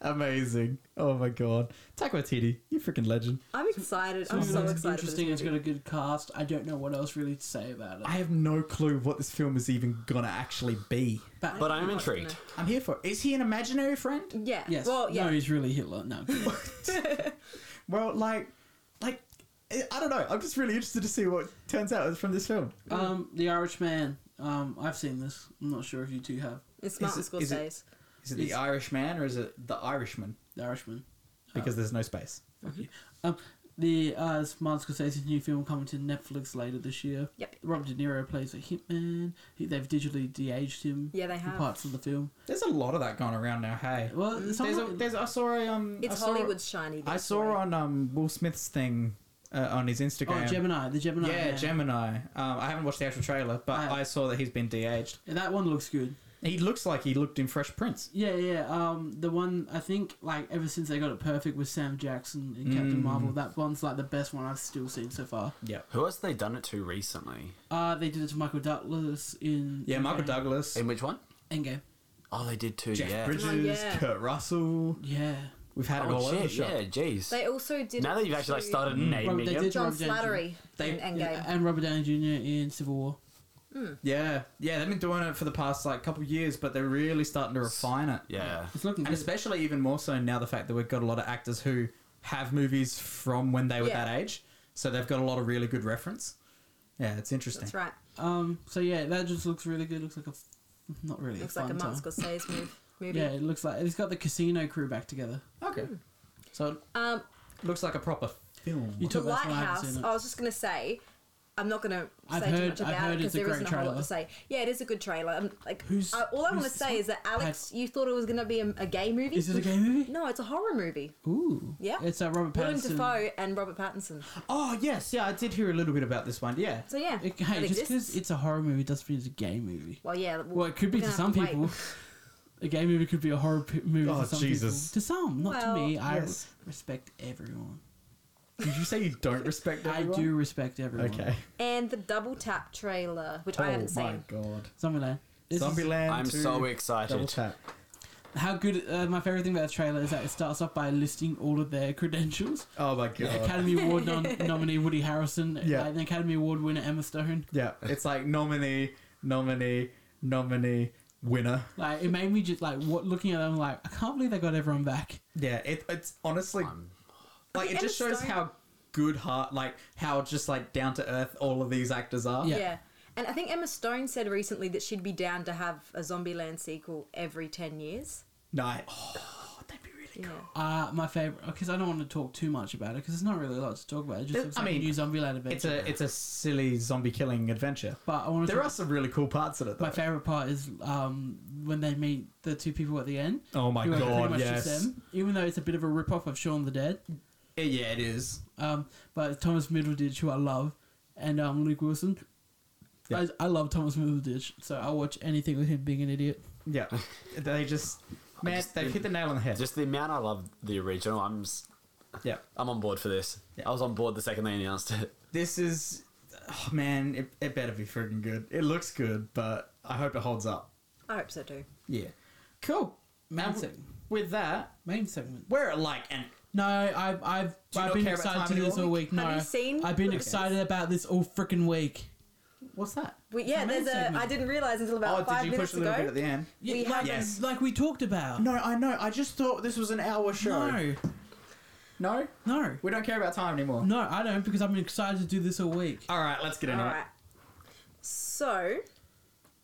Amazing. Oh my god. Taika Waititi, you freaking legend.
I'm excited. <laughs> I'm so
It's
excited. For this
Interesting. It's got
movie.
a good cast. I don't know what else really to say about it.
I have no clue what this film is even gonna actually be.
But I'm intrigued.
I'm here for it. Is he an imaginary friend?
Yeah.
Yes.
Well, yeah.
No, he's really Hitler. No.
<laughs>
Well, like, like, I I don't know. I'm just really interested to see what turns out from this film.
um, The Irishman. Um, I've seen this. I'm not sure if you two have.
It's Martin
Is it- is it-
Scorsese.
Is it the Irishman or is it the Irishman?
The Irishman.
Because there's no space.
Mm-hmm.
Um, the uh, it's Martin Scorsese's new film coming to Netflix later this year.
Yep.
Robert De Niro plays a hitman. He, they've digitally de-aged him.
Yeah, they
for
have.
parts of the film.
There's a lot of that going around now. Hey,
Well,
there's, a,
someone-
there's I saw a um. I
It's
saw,
Hollywood's shiny.
I
this
saw
way.
on um Will Smith's thing, uh, on his Instagram.
Oh, Gemini. The Gemini.
Yeah,
Man.
Gemini. Um, I haven't watched the actual trailer, but
I-
I saw that he's been de-aged.
Yeah, that one looks good.
He looks like he looked in Fresh Prince.
Yeah, yeah. Um, the one I think like ever since they got it perfect with Sam Jackson and
Mm.
Captain Marvel, that one's like the best one I've still seen so far.
Yeah.
Who else they done it to recently?
Uh, they did it to Michael Douglas in
Yeah, Michael
Endgame.
Douglas,
In which one?
Endgame.
Oh, they did too.
Jeff
yeah.
Bridges,
Oh, yeah.
Kurt Russell.
Yeah.
We've had it all
Oh
over the
shit!
shop. Mm,
Yeah, jeez.
They also did.
Now
it
that you've actually like
to
started naming
Well, they
them.
did-
John
Robert Downey Jr.
Slattery
They-
in Endgame.
yeah, and Robert Downey Jr. in Civil War.
Yeah, yeah, they've been doing it for the past like couple of years, but they're really starting to refine it.
Yeah.
It's looking
and
good.
especially even more so now the fact that we've got a lot of actors who have movies from when they were
Yeah.
that age, so they've got a lot of really good reference. Yeah, it's interesting.
That's right.
Um, so yeah, that just looks really good. Looks like a f- not really.
Looks
a fun
like a Martin
time.
Scorsese move,
<laughs>
movie.
Yeah, it looks like it's got the casino crew back together.
Okay, so it
Um,
looks like a proper film.
You
the
took that for
Lighthouse.
in
I was just gonna say. I'm not gonna
I've
say too
heard-
much
I've
about
heard
it because
it's a
there
great
isn't a whole lot
trailer.
to say. Yeah, it is a good trailer. I'm, like,
Who's-
I, all I want to
who's-
say is that Alex, you thought it was gonna be a, a gay movie.
Is it a gay movie?
No, it's a horror movie.
Ooh.
Oh, Yeah.
It's uh, Robert
Willem
Pattinson.
Dafoe and Robert Pattinson.
Oh yes, yeah, I did hear a little bit about this one. Yeah,
So yeah,
It- hey,
it
just
exists.
because it's a horror movie doesn't mean it's a gay movie.
well, yeah.
Well, it could be
we're
to
gonna have
some
wait.
people. A gay movie could be a horror p- movie
Oh,
for some
Jesus.
people. To some, not to me.
Well,
I
yes.
respect everyone.
did you say you don't
<laughs>
respect?
I do respect everyone.
Okay.
And the Double Tap trailer, which I haven't
oh my
seen.
god.
Zombieland. This is-
Zombieland.
I'm
2,
so
Double
excited.
tap.
How good! Uh, my favorite thing about the trailer is that it starts off by listing all of their
<laughs>
credentials.
Oh my god.
Academy Award
<laughs>
nom- nominee Woody Harrelson,
Yeah.
uh, and Academy Award winner Emma Stone.
Yeah, it's like nominee, nominee, nominee, winner.
Like it made me just like what looking at them like I can't believe they got everyone back.
Yeah, it, it's honestly like it
Emma
just shows
Stone-
how good heart, like how just like down to earth all of these actors are.
Yeah.
Yeah. And I think Emma Stone said recently that she'd be down to have a Zombieland sequel every 10 years.
No, I- oh, that'd be really
Yeah.
cool.
Uh, my favorite because I don't want to talk too much about it because there's not really a lot to talk about. It just
There-
looks
I
like
mean,
a new Zombieland adventure.
It's a it's a silly zombie killing adventure.
but I want to.
There are some really cool parts in it. Though.
My favorite part is um, when they meet the two people at the end.
Oh my
who are pretty
God,
much just
yes.
them, even though it's a bit of a rip off of Shaun the Dead.
Yeah, yeah, it is.
Um, but Thomas Middleditch, who I love, and um, Luke Wilson.
Yeah.
I, I love Thomas Middleditch, so I'll watch anything with him being an idiot.
Yeah, they just man,
just-
they've hit the nail on the head.
Just the amount I love the original. I'm s-
yeah.
I'm on board for this.
Yeah.
I was on board the second they announced it.
this is oh man it, it better be freaking good it looks good but i hope it holds up
I hope so too.
yeah cool
Main
And w-
segment.
with that
Main segment.
we're at like and
No, I've I've,
you
I've
not
been
care about
excited
Time
to
Anymore?
this all week. No,
Have you seen
I've been
Lucas?
excited about this all freaking week.
what's that
We,
It's
yeah,
a
there's a.
segment.
I didn't realise until about
oh
five
did you
minutes
push a little
ago.
bit at the end
We
Yeah, like,
have-
Yes.
like we talked about.
no i know i just thought this was an hour show
no,
no
no,
we don't care about time anymore
no. I don't because I've been excited to do this all week.
all right let's get
All
into it
right. So,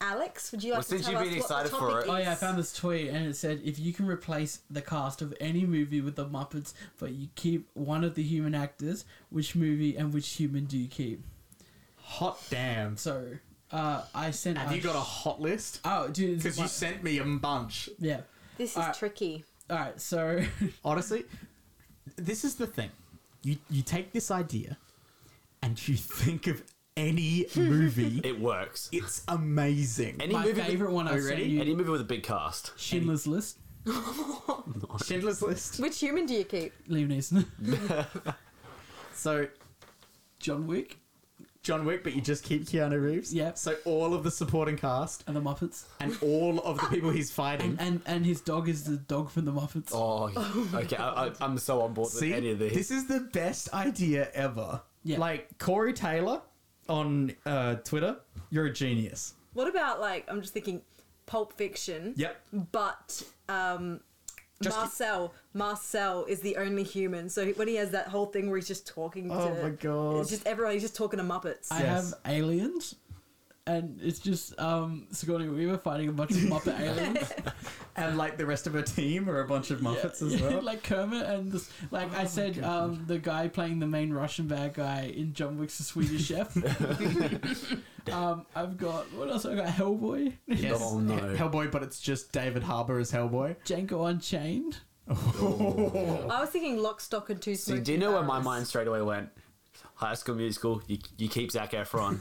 Alex, would you like
Well,
to
since
tell
you've
us
been
what the
excited for
topic
it-
Oh yeah, I
is?
found this tweet and it said if you can replace the cast of any movie with the Muppets, but you keep one of the human actors, which movie and which human do you keep?
hot damn
So uh, I sent.
have
out-
you got a hot list
Oh, dude,
because you sent me a bunch
yeah.
This is
All right. <laughs>
tricky.
All right, so
honestly this is the thing you you take this idea and you think of any <laughs> movie.
It works.
it's amazing.
Any
My
movie.
favorite one I
Are you
sent
ready?
you,
Any movie with a big cast.
<laughs>
Schindler's List,
Schindler's List.
Which human do you keep?
Liam Neeson, <laughs>
So
John Wick,
John Wick, but you just keep Keanu Reeves.
Yep.
So all of the supporting cast
and the Muppets,
and all of the people he's fighting.
and and, and his dog is the dog from the Muppets.
Oh, okay. I, I, I'm so on board with
<laughs> See,
any of these.
this is the best idea ever.
Yeah.
Like Corey Taylor on uh, Twitter, you're a genius.
What about like I'm just thinking, Pulp Fiction.
Yep.
But um,
Just keep-
Marcel, Marcel is the only human. So when he has that whole thing where he's just talking
Oh
to,
my God.
it's just everyone. He's just talking to Muppets.
I
Yes.
have aliens, and it's just um, Sigourney Weaver fighting a bunch of
<laughs>
Muppet aliens.
And like the rest of her team are a bunch of Muppets
<laughs>
as
Yeah,
well. Oh
like Kermit and this, like I said, um, the guy playing the main Russian bad guy in John Wick's The Swedish
<laughs>
Chef. um, I've got what else? I got Hellboy,
Yes.
Oh, no.
He- Hellboy, but it's just David Harbour as Hellboy.
Django Unchained.
I was thinking Lock, Stock, and Two
See,
Smoking
do you know where my
Barrels.
mind straight away went? High School Musical. You, you keep
<laughs>
Zac Efron.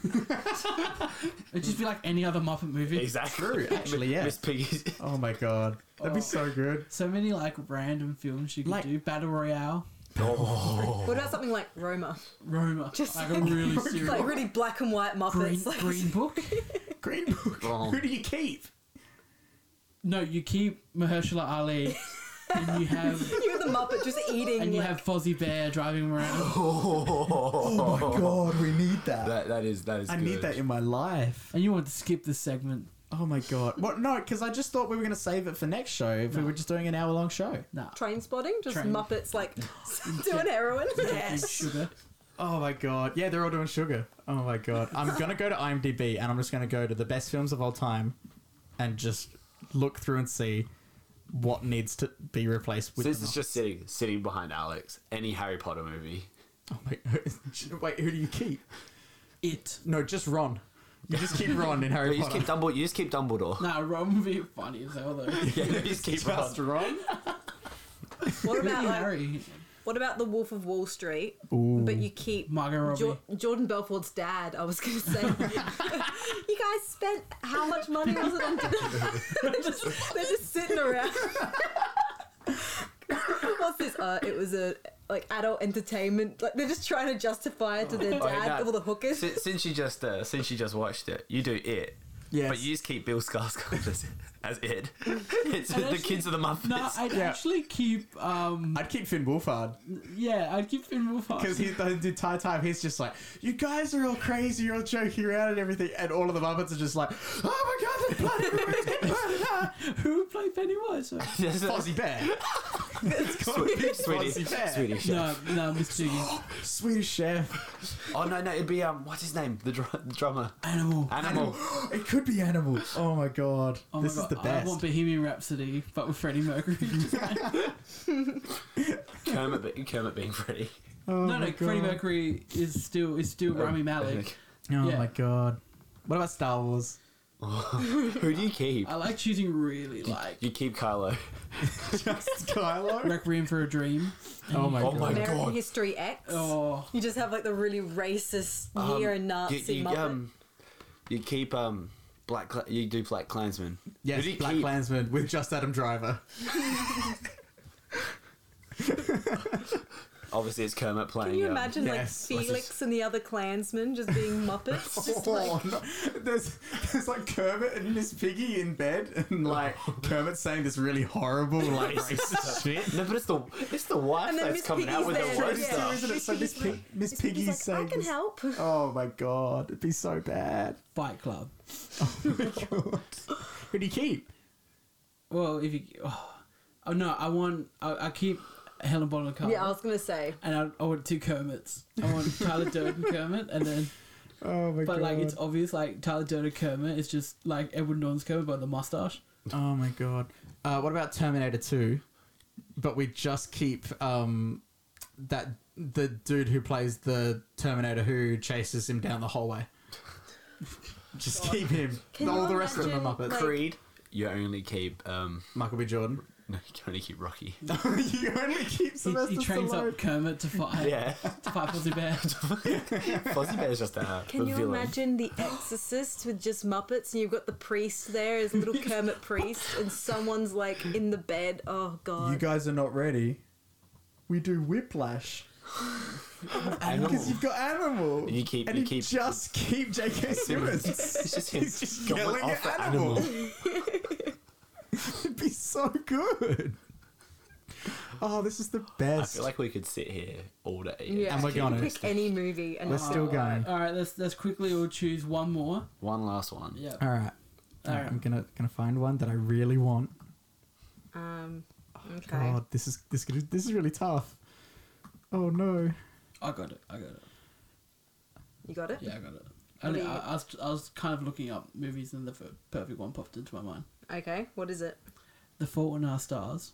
It'd just be like any other Muppet movie.
exactly.
True, actually, yeah.
<laughs> Miss Piggy.
Oh my god. That'd be so
<laughs>
good.
So many like random films you could
Like-
do. Battle Royale,
What about something like
<laughs>
Roma?
Roma,
Just
like, a really serious
Like really black and white
green,
Muppets. like, <laughs>
green Book.
Green Book.
Oh.
Who do you keep?
No, you keep Mahershala Ali, and you
<laughs>
have
You're the
<laughs>
Muppet just eating.
and you
like,
have Fozzie Bear driving around,
<laughs>
<laughs>
Oh my god, we need that.
That, that is that is.
I
good.
need that in my life.
and you want to skip this segment.
Oh my god. What? No, because I just thought we were going to save it for next show if we were just doing an hour long show.
Nah,
train spotting, just
Train. <laughs>
Muppets like <laughs> doing heroin.
Big sugar.
Oh my god. Yeah, they're all doing sugar. Oh my god.
<laughs>
I'm gonna go to IMDb and I'm just gonna go to the best films of all time and just look through and see what needs to be replaced with.
So this
them
is just sitting sitting behind Alex. Any Harry Potter movie.
all. Oh my- Wait, <laughs> who do you keep?
It.
No, just Ron. You just
<laughs>
keep Ron in
No,
Harry
you just
Potter.
keep Dumbledore. You just keep Dumbledore.
Nah, Ron would be funny as
<laughs>
hell though.
yeah, <laughs> you just keep
Just
Ron.
Ron.
<laughs> What about like,
Harry,
what about the Wolf of Wall Street? But you keep
Margot Robbie.
Jo- Jordan Belfort's dad. I was
<laughs>
gonna say, <laughs> you guys spent how much money was it on dinner? they're, just, they're just sitting around. <laughs> What's this? Uh, it was a like adult entertainment. Like they're just trying to justify it to their
Oh, yeah,
dad.
no.
All the hookers.
Si- Since you just uh, since you just watched it, you do it.
Yes.
But you just keep Bill Skarsgård as, as it. <laughs> It's the
actually-
kids of the Muppets.
No,
<laughs>
I'd
Yeah.
actually keep. Um,
I'd keep Finn Wolfhard
yeah, I'd keep Finn Wolfhard.
because he's the entire time he's just like, "You guys are all crazy, you're all joking around and everything," and all of the Muppets are just like, "Oh my god, they're blood everywhere!" they're blood, ah."
<laughs>
<laughs>
Who played Pennywise? Right?
<laughs>
Yes.
Fozzie Bear.
<laughs>
it's got
Sweetie, Sweetie Chef.
no, no, Miss Piggy.
Swedish Chef.
Oh no, no, it'd be um, what's his name? The, dr- the drummer.
Animal.
Animal.
<gasps> It could be animal. Oh my god.
Oh my
Ah, this
God,
is the
I want
best. Oh
Bohemian Rhapsody, but with Freddie
<laughs>
Mercury.
Kermit, be- Kermit being Freddy.
oh
no,
my
no,
god.
Freddie Mercury is still is still Rami Malek.
Oh
Yeah.
my god. What about Star <laughs> Wars?
Who do you keep?
I like choosing really like
You keep Kylo.
Just Kylo?
Requiem for a Dream.
Oh my
Oh
god.
my
American
god.
History X.
Oh,
You just have like the really racist
Um,
neo Nazi Muppet.
you keep um, Black. Cla- you do Black Klansman. Who
Yes,
do you
Black
keep?
Klansman with just Adam Driver. <laughs>
Obviously, it's Kermit playing.
Can you
um,
imagine
yes.
like
What's
Felix
his-
and the other clansmen just being Muppets? just like
Oh, no. There's there's like Kermit and Miss Piggy in bed, and like Kermit's saying this really horrible, <laughs> like Oh racist shit.
No, but it's the it's the wife
And then
that's
Miss
coming out
Piggy's
with the
there,
worst
yeah.
stuff.
Isn't it? So Miss, Pig- Miss
He's
Piggy's
like,
saying
I can
this-
help.
Oh my god, it'd be so bad.
Fight Club.
Who do you keep?
Well, if you. Oh, oh no, I want. I, I keep Helen Bonham Carter.
Yeah, I was gonna say.
and I, I want two Kermits. I want Tyler
<laughs>
Durden Kermit, and then
Oh my
but
god.
like it's obvious like Tyler Durden Kermit is just like Edward Norton's Kermit but the mustache.
oh my god. Uh, what about Terminator Two? But we just keep um, that the dude who plays the Terminator who chases him down the hallway. <laughs> just keep him.
Can
All
you
the rest of them are
imagine,
Muppets.
like-
Creed. You only keep um, <laughs>
Michael B. Jordan.
No, you can only keep Rocky.
<laughs> you only keep
He,
Sylvester
he trains
Stallone.
up Kermit to fight.
<laughs> Yeah.
To fight Fozzie Bear.
Fozzie Bear's just a,
Can
a
you
villain.
imagine The Exorcist with just Muppets and you've got the priest there as little Kermit priest and someone's like in the bed? Oh
You
god.
guys are not ready. We do whiplash
Animal.
because you've got animal.
You keep-
and
you keep-
just keep J.K. Simmons.
It's <laughs> just him
He's just
going
yelling
off
at
at
animal.
animal.
It'd <laughs> be so good. Oh, this is the
I
best.
feel like we could sit here all day.
Yeah.
And we're
You
gonna-
Pick any movie and
We're still going.
All right, let's let's quickly all choose one more.
One last one.
Yeah.
All right. All right. I'm gonna gonna find one that I really want.
Um, okay.
God, this is this could, this is really tough. Oh no.
I got it. I got it.
You got it?
Yeah, I got it. Only,
do you-
I, I, was, I was kind of looking up movies and the f- perfect one popped into my mind.
Okay. What is it?
The Fault in Our Stars.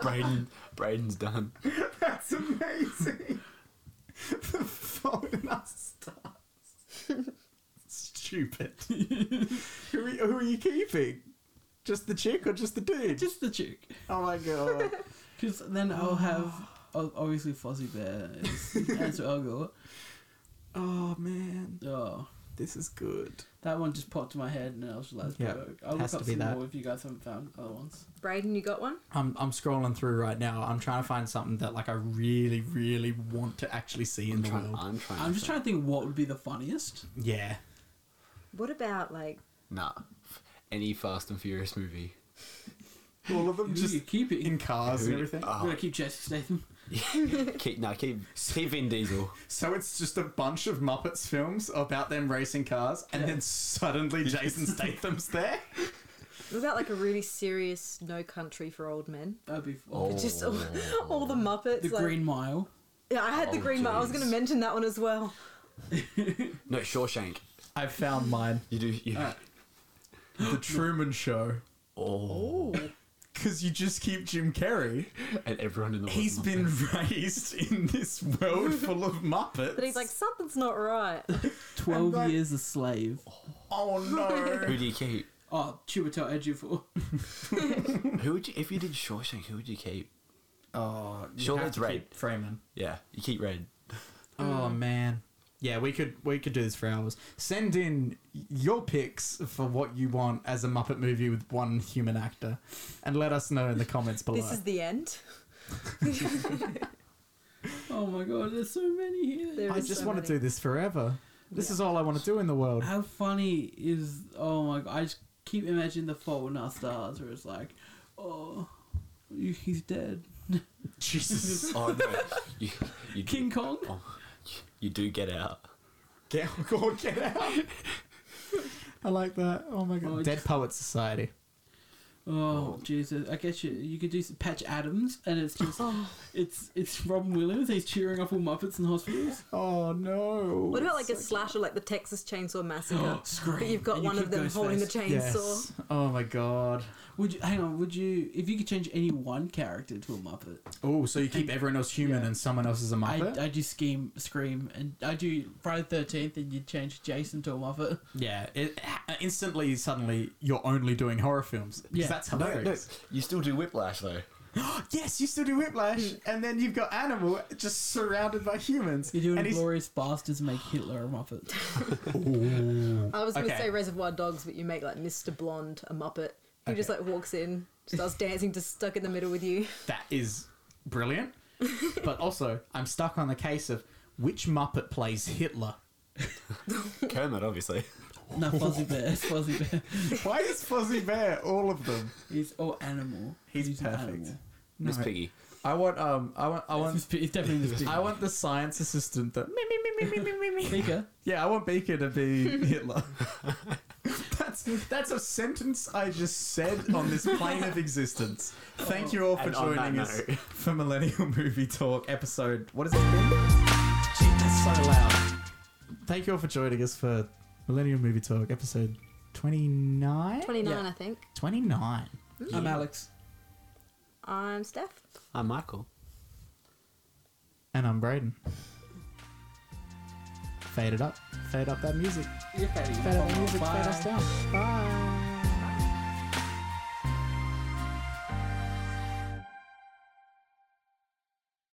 Braden, Braden's done.
That's amazing. <laughs> the fault in our stars. Stupid. <laughs> who, are, who are you keeping? Just the chick or just the dude?
Just the chick.
oh my god.
Because then I'll
<gasps>
have o- obviously Fozzie Bear is as well.
<laughs>
go.
oh man,
Oh,
this is good.
that one just popped in my head, and I was like,
Yeah,
"Bro, I'll
has
look
to
up
be
some
that.
more if you guys haven't found other ones.
Braden, you got one?
I'm I'm scrolling through right now. I'm trying to find something that like I really really want to actually see in
I'm
the
trying.
world.
I'm trying.
I'm just trying to think what would be the
<laughs>
funniest.
Yeah.
What about like
Nah. Any Fast and Furious movie.
All of them
Just
just
you keep it.
<laughs> in cars and
Who-
everything.
I'm gonna keep Jesse Statham. <laughs>
Keep, no, keep, keep Vin Diesel.
So it's just a bunch of Muppets films about them racing cars, and then suddenly <laughs> Jason Statham's there.
what about like a really serious No Country for Old Men? <laughs>
That'd be
Oh,
Just all, all the Muppets.
the
like,
Green Mile.
Yeah, I had the
Oh,
Green Mile. I was
jeez.
going to mention that one as well.
No, Shawshank.
I found mine,
You do. You,
The Truman Show,
Oh.
because you just keep Jim Carrey.
And everyone in the world.
He's been <laughs> raised in this world full of Muppets.
But he's like, something's not right.
Twelve
like-
Years a Slave.
oh no.
Who do you keep?
Oh, Chiwetel Ejiofor. <laughs>
Who would you? If you did Shawshank, who would you keep?
<laughs> oh, you
Sure,
have
that's
to
right.
keep Freeman.
Yeah, you keep Red.
Oh
Mm.
man. Yeah, we could we could do this for hours. Send in your picks for what you want as a Muppet movie with one human actor, and let us know in the comments below.
<laughs> This is
<laughs>
the end.
Oh my god, there's so many here.
There
I
is
just
so
want
many.
to do this forever. This is all I want to do in the
<laughs>
world.
How funny is? Oh my god, I just keep imagining the fault in our stars, where it's like, oh, you- he's dead.
Jesus,
Oh no, <laughs> you, you do-
King Kong.
Oh, you- you do get out.
get, go get out! <laughs> I like that. Oh my god,
Oh,
Dead Poets Society.
Oh Jesus! I guess you you could do some Patch Adams, and it's just it's it's Robin Williams. He's cheering up all Muppets in hospitals.
Oh no!
What about like a slasher, like the Texas Chainsaw Massacre?
<gasps> Scream.
But you've got
And you
one of
keep
them holding the
Ghostface.
chainsaw.
Yes. Oh my god.
Would you hang on? Would you if you could change any one character to a Muppet?
Oh, so you keep everyone else human
Yeah.
and someone else is a
I
Muppet?
I do Scream, Scream, and I do Friday Thirteenth, and you change Jason to a Muppet.
yeah. It, instantly, suddenly, you're only doing horror films. Because
Yeah.
That's
No,
hilarious.
no, you still do Whiplash though.
Yes, you still do Whiplash, and then you've got Animal just surrounded by humans.
You do
and he's-
Inglorious Bastards make Hitler a Muppet.
I was going to
Okay.
say Reservoir Dogs, but you make like Mr. Blonde a Muppet who just like walks in, starts dancing, just stuck in the middle with you.
that is <laughs> brilliant. but also, I'm stuck on the case of which Muppet plays Hitler.
Kermit, obviously.
<laughs>
no, Fuzzy Bear. <laughs> It's Fuzzy Bear.
Why is Fuzzy Bear all of them?
He's all animal.
He's
an
perfect.
animal.
Miss Piggy.
I want um I want I
He's
want
pe- he's definitely this big.
I want the science assistant that me me me me me <laughs> me me me.
Bigger.
Yeah, I want Baker to be <laughs> Hitler. That's that's a sentence I just said on this plane of existence. Thank you all for
And on that
joining us
note.
for Millennial Movie Talk episode. What is it? Been? Gee, that's so loud. Thank you all for joining us for Millennial Movie Talk episode 29?
29,
Yeah.
I think.
29.
I'm Alex.
I'm Steph.
I'm Michael.
And I'm Braden. fade it up. Fade up that music.
You're fading.
Fade up that music.
Bye.
Fade us down. Bye.